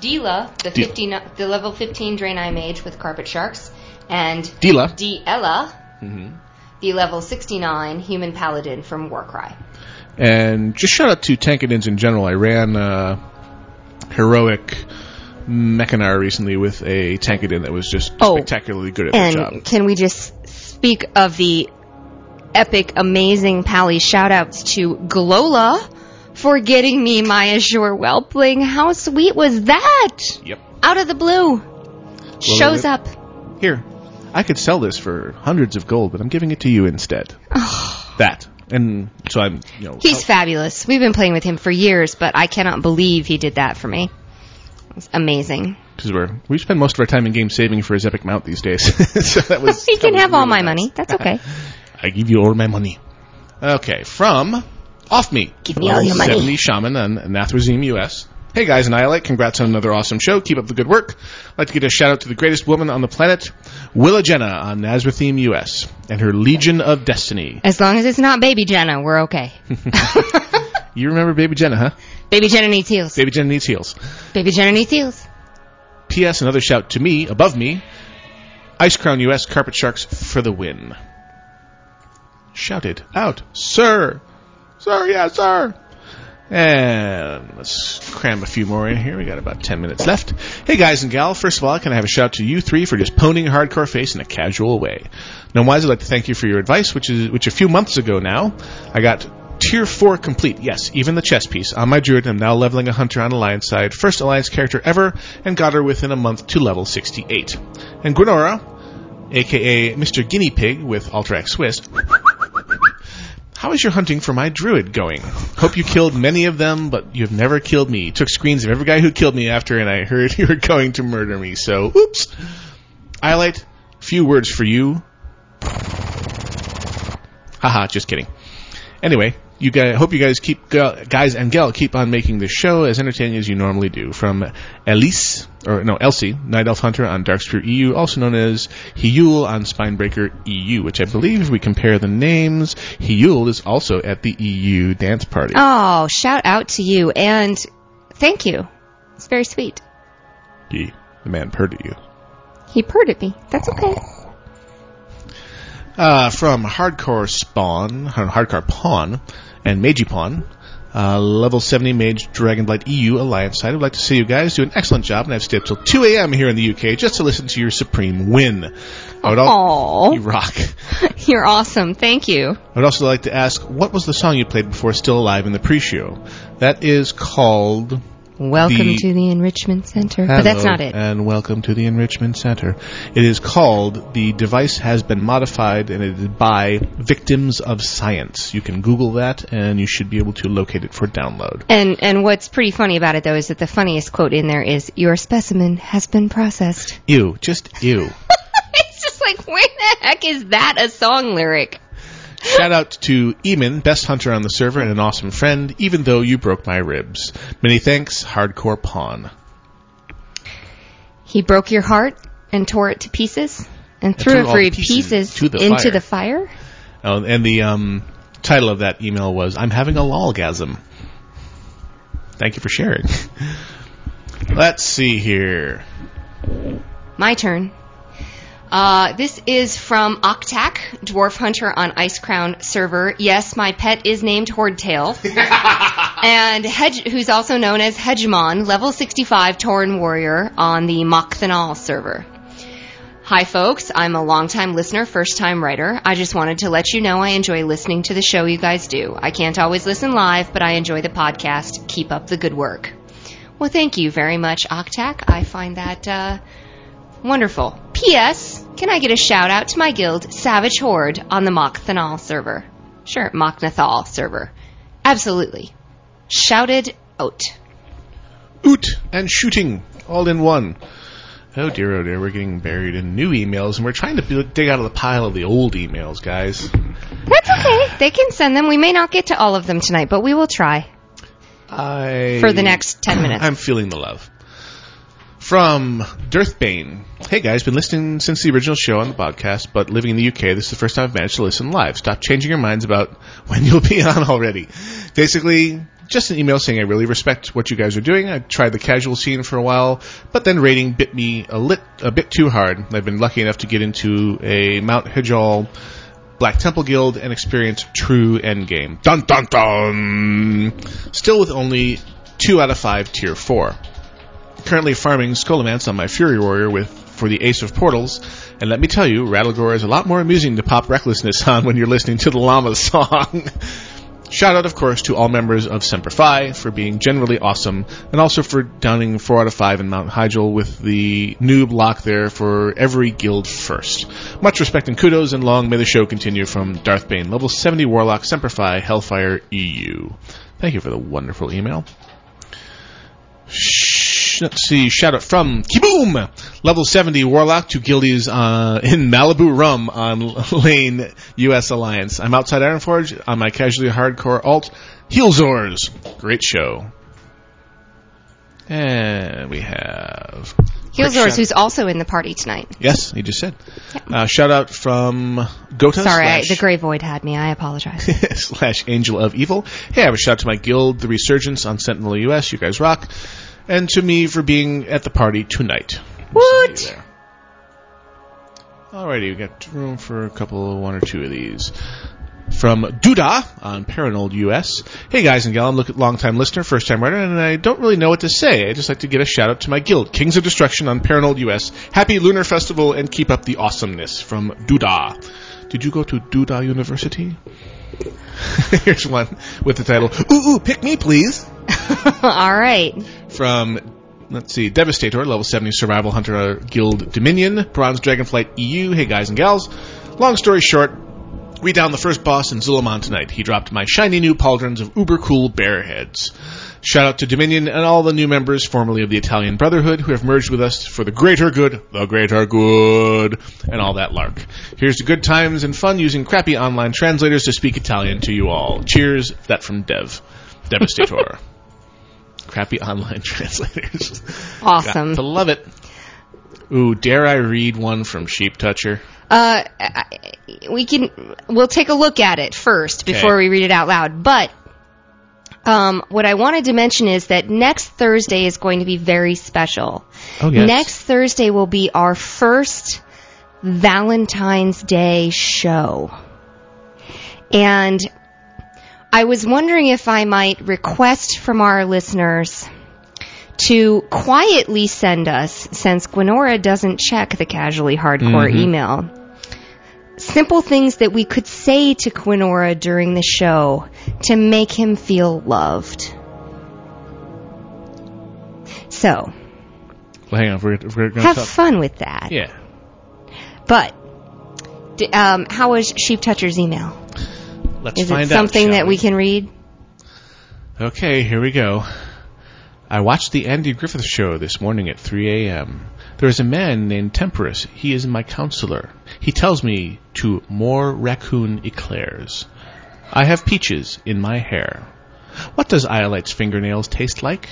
Dila, the, Dila. 50, no- the level 15 Draenei Mage with Carpet Sharks, and Dila. Della, Mm-hmm. the level 69 Human Paladin from Warcry. And just shout out to Tankadins in general. I ran uh, heroic Mechanar recently with a Tankadin that was just Oh, spectacularly good at the job. And can we just speak of the epic, amazing Pally shoutouts to Glola for getting me my Azure Whelpling? How sweet was that? Yep. Out of the blue. Shows up. Here, I could sell this for hundreds of gold, but I'm giving it to you instead. that. And so I'm, you know, He's fabulous. We've been playing with him for years, but I cannot believe he did that for me. It's amazing. because we're we spend most of our time in game saving for his epic mount these days. so that was he can have all my money. That's okay. I give you all my money. Okay, from Off Me. Give me all your money. 70 Shaman and Nathrazine US. Hey guys, Annihilate, congrats on another awesome show. Keep up the good work. I'd like to give a shout out to the greatest woman on the planet, Willa Jenna on Nazratheme US and her Legion of Destiny. As long as it's not Baby Jenna, we're okay. You remember Baby Jenna, huh? Baby Jenna needs heels. Baby Jenna needs heels. Baby Jenna needs heels. P.S. Another shout to me, above me, Ice Crown US Carpet Sharks for the win. Shouted out, sir! Sir, yeah, sir! And let's cram a few more in here. We got about 10 minutes left. Hey guys and gal, first of all, can I have a shout to you three for just poning hardcore face in a casual way? No wise, I'd like to thank you for your advice, which is which a few months ago now, I got tier four complete. Yes, even the chess piece on my druid. I'm now leveling a hunter on alliance side, first alliance character ever, and got her within a month to level 68. And Gwenora, aka Mr. Guinea Pig with Alterac Swiss. How is your hunting for my druid going? Hope you killed many of them, but you've never killed me. Took screens of every guy who killed me after, and I heard you were going to murder me, so oops. Iolite, few words for you. Haha, just kidding. Anyway, you guys, hope you guys keep go, guys and gal keep on making this show as entertaining as you normally do. From Elise or no Elsie, Night Elf Hunter on Darkspear EU, also known as Hiul on Spinebreaker EU, which I believe if we compare the names, Hiul is also at the EU dance party. Oh, shout out to you and thank you. It's very sweet. Gee, the man purred at you. He purred at me. That's okay. Uh, from Hardcore Spawn, uh, Hardcore Pawn, and Meiji Pawn. Uh, level 70 Mage Dragonblight EU Alliance side. I'd like to see you guys do an excellent job, and I've stayed up till 2 a.m. here in the UK just to listen to your supreme win. I would al- you rock. You're awesome. Thank you. I would also like to ask, what was the song you played before Still Alive in the pre-show? That is called... Welcome The- to the Enrichment Center. Hello, but that's not it. And welcome to the Enrichment Center. It is called The Device Has Been Modified and it is by Victims of Science. You can Google that and you should be able to locate it for download. And and what's pretty funny about it though is that the funniest quote in there is your specimen has been processed. Ew, just ew. It's just like where the heck is that a song lyric? Shout out to Eamon, best hunter on the server and an awesome friend, even though you broke my ribs. Many thanks, Hardcore Pawn. He broke your heart and tore it to pieces and threw threw it all for the pieces, pieces to the into fire. the fire. Oh, and the um, title of that email was "I'm having a lolgasm." Thank you for sharing. Let's see here. My turn. Uh, this is from Octac, Dwarf Hunter on Ice Crown server. Yes, my pet is named Hordtail. and Hedge, who's also known as Hegemon, level 65 Tauren Warrior on the Mokthanal server. Hi, folks. I'm a longtime listener, first time writer. I just wanted to let you know I enjoy listening to the show you guys do. I can't always listen live, but I enjoy the podcast. Keep up the good work. Well, thank you very much, Octac. I find that uh, wonderful. P.S. Can I get a shout out to my guild, Savage Horde, on the Mokthanal server? Sure, Mokthanal server. Absolutely. Shouted out. Oot and shooting all in one. Oh dear, oh dear, we're getting buried in new emails, and we're trying to bu- dig out of the pile of the old emails, guys. That's okay. They can send them. We may not get to all of them tonight, but we will try. I For the next 10 minutes. I'm feeling the love. From Dearthbane. Hey guys, been listening since the original show on the podcast, but living in the UK, this is the first time I've managed to listen live. Stop changing your minds about when you'll be on already. Basically, just an email saying I really respect what you guys are doing. I tried the casual scene for a while, but then rating bit me a lit a bit too hard. I've been lucky enough to get into a Mount Hijal Black Temple Guild and experience true endgame. Dun dun dun! Still with only 2 out of 5 tier 4. Currently farming Skolomance on my Fury Warrior with for the Ace of Portals, and let me tell you, Rattlegore is a lot more amusing to pop recklessness on when you're listening to the Llama song. Shout out, of course, to all members of Semper Fi for being generally awesome, and also for downing 4 out of 5 in Mount Hyjal with the noob lock there for every guild first. Much respect and kudos, and long may the show continue from Darth Bane, level 70 Warlock, Semper Fi, Hellfire, EU. Thank you for the wonderful email. Sh- Let's see, shout out from Kiboom! Level 70 Warlock to Guildies uh, in Malibu Rum on Lane US Alliance. I'm outside Ironforge on my casually hardcore alt, Heelzors. Great show. And we have. Heelzors, who's also in the party tonight. Yes, he just said. Uh, shout out from Gota. Sorry, I, slash- the Grey Void had me. I apologize. slash angel of evil. Hey, I have a shout out to my guild, the Resurgence on Sentinel US. You guys rock, and to me for being at the party tonight. What? Alrighty, we got room for a couple, one or two of these. From Duda on Paranold US. Hey guys and gal, I'm look long time listener, first time writer, and I don't really know what to say. I just like to give a shout out to my guild, Kings of Destruction on Paranold US. Happy Lunar Festival and keep up the awesomeness from Duda. Did you go to Duda University? Here's one with the title Ooh, ooh, pick me, please. All right. From let's see, Devastator, level 70 Survival Hunter uh, Guild Dominion, Bronze Dragonflight EU. Hey guys and gals. Long story short, we downed the first boss in Zulamon tonight. He dropped my shiny new pauldrons of uber cool bear heads. Shout out to Dominion and all the new members formerly of the Italian Brotherhood who have merged with us for the greater good, the greater good, and all that lark. Here's to good times and fun using crappy online translators to speak Italian to you all. Cheers, that from Dev. Devastator. crappy online translators. Awesome. Got to love it. Ooh, dare I read one from Sheep Toucher? Uh, I- I- we can we'll take a look at it first Okay. before we read it out loud. But um, what I wanted to mention is that next Thursday is going to be very special. Oh, yes. Next Thursday will be our first Valentine's Day show. And I was wondering if I might request from our listeners to quietly send us, since Gwenora doesn't check the casually hardcore Mhm. email, simple things that we could say to Gwenora during the show to make him feel loved. So, Well, hang on, we're, we're going to have fun with that. Yeah. But, d- um, how was Sheep Toucher's email? Let's Is find it something out. shall that we can read? Okay, here we go. I watched the Andy Griffith show this morning at 3 a.m. There is a man named Temperus. He is my counselor. He tells me to more raccoon eclairs. I have peaches in my hair. What does Iolite's fingernails taste like?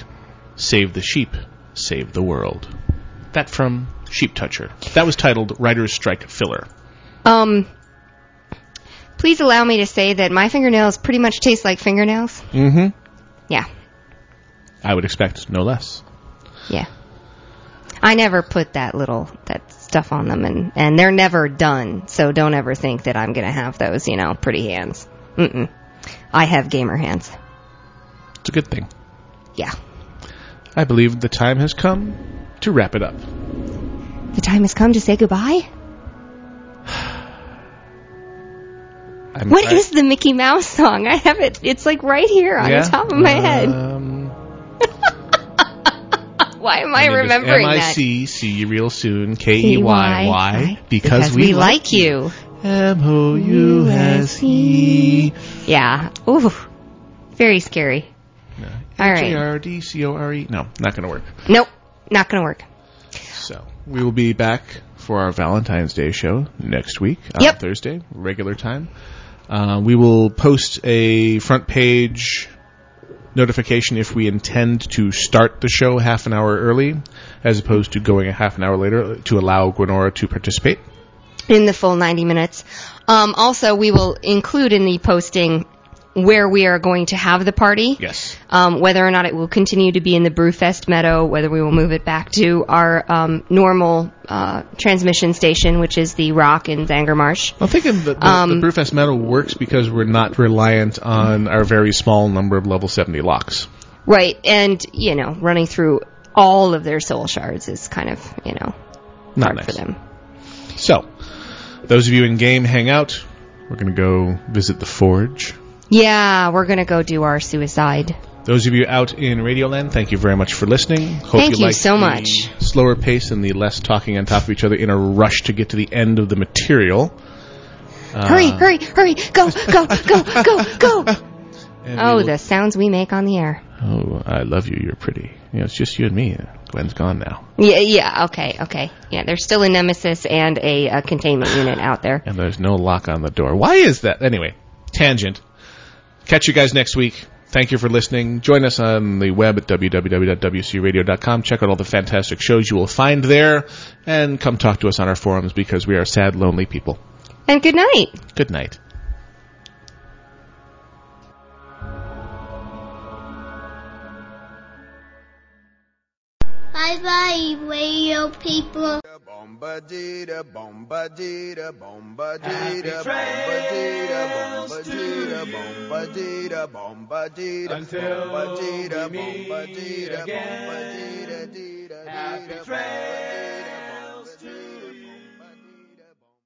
Save the sheep, save the world. That from Sheep Toucher. That was titled Writer's Strike Filler. Um, please allow me to say that my fingernails pretty much taste like fingernails. Mm-hmm. Yeah, I would expect no less. yeah. I never put that little that stuff on them, and and they're never done. So don't ever think that I'm gonna have those, you know, pretty hands. Mm-mm. I have gamer hands. It's a good thing. Yeah. I believe the time has come to wrap it up. The time has come to say goodbye. What I'm- is I- the Mickey Mouse song? I have it. It's like right here on Yeah? the top of my head. Um, Why am I name is remembering that? M-I-C, see you real soon, K-E-Y, why? Because, we, like you. M O U S E. Yeah. Ooh. Very scary. All E right. H-A-R-D-C-O-R-E. E. No, not going to work. Nope. Not gonna work. So we will be back for our Valentine's Day show next week on Yep. Thursday, regular time. Uh, we will post a front page notification if we intend to start the show half an hour early, as opposed to going a half an hour later to allow Gwenora to participate. In the full 90 minutes. Um, also, we will include in the posting where we are going to have the party. Yes. Um, whether or not it will continue to be in the Brewfest Meadow, whether we will move it back to our um, normal uh, transmission station, which is the Rock in Zangermarsh. I'm thinking that the, Um, the Brewfest Metal works because we're not reliant on our very small number of level 70 locks. Right, and you know, running through all of their soul shards is kind of you know Not hard for them. So, those of you in game, hang out. We're going to go visit the Forge. Yeah, we're gonna go do our suicide. Those of you out in Radioland, thank you very much for listening. Hope Thank you liked so the much. Slower pace and the less talking on top of each other in a rush to get to the end of the material. Uh, hurry, hurry, hurry! Go, go, go, go, go! and we Oh, will- the sounds we make on the air. Oh, I love you. You're pretty. You know, it's just you and me. Gwen's gone now. Yeah, yeah, okay, okay. Yeah, there's still a nemesis and a, uh containment unit out there. and there's no lock on the door. Why is that? Anyway, tangent. Catch you guys next week. Thank you for listening. Join us on the web at www.wcradio.com. Check out all the fantastic shows you will find there and come talk to us on our forums because we are sad, lonely people. And good night. Good night. Bye bye, radio people. Until we meet again. Happy trails.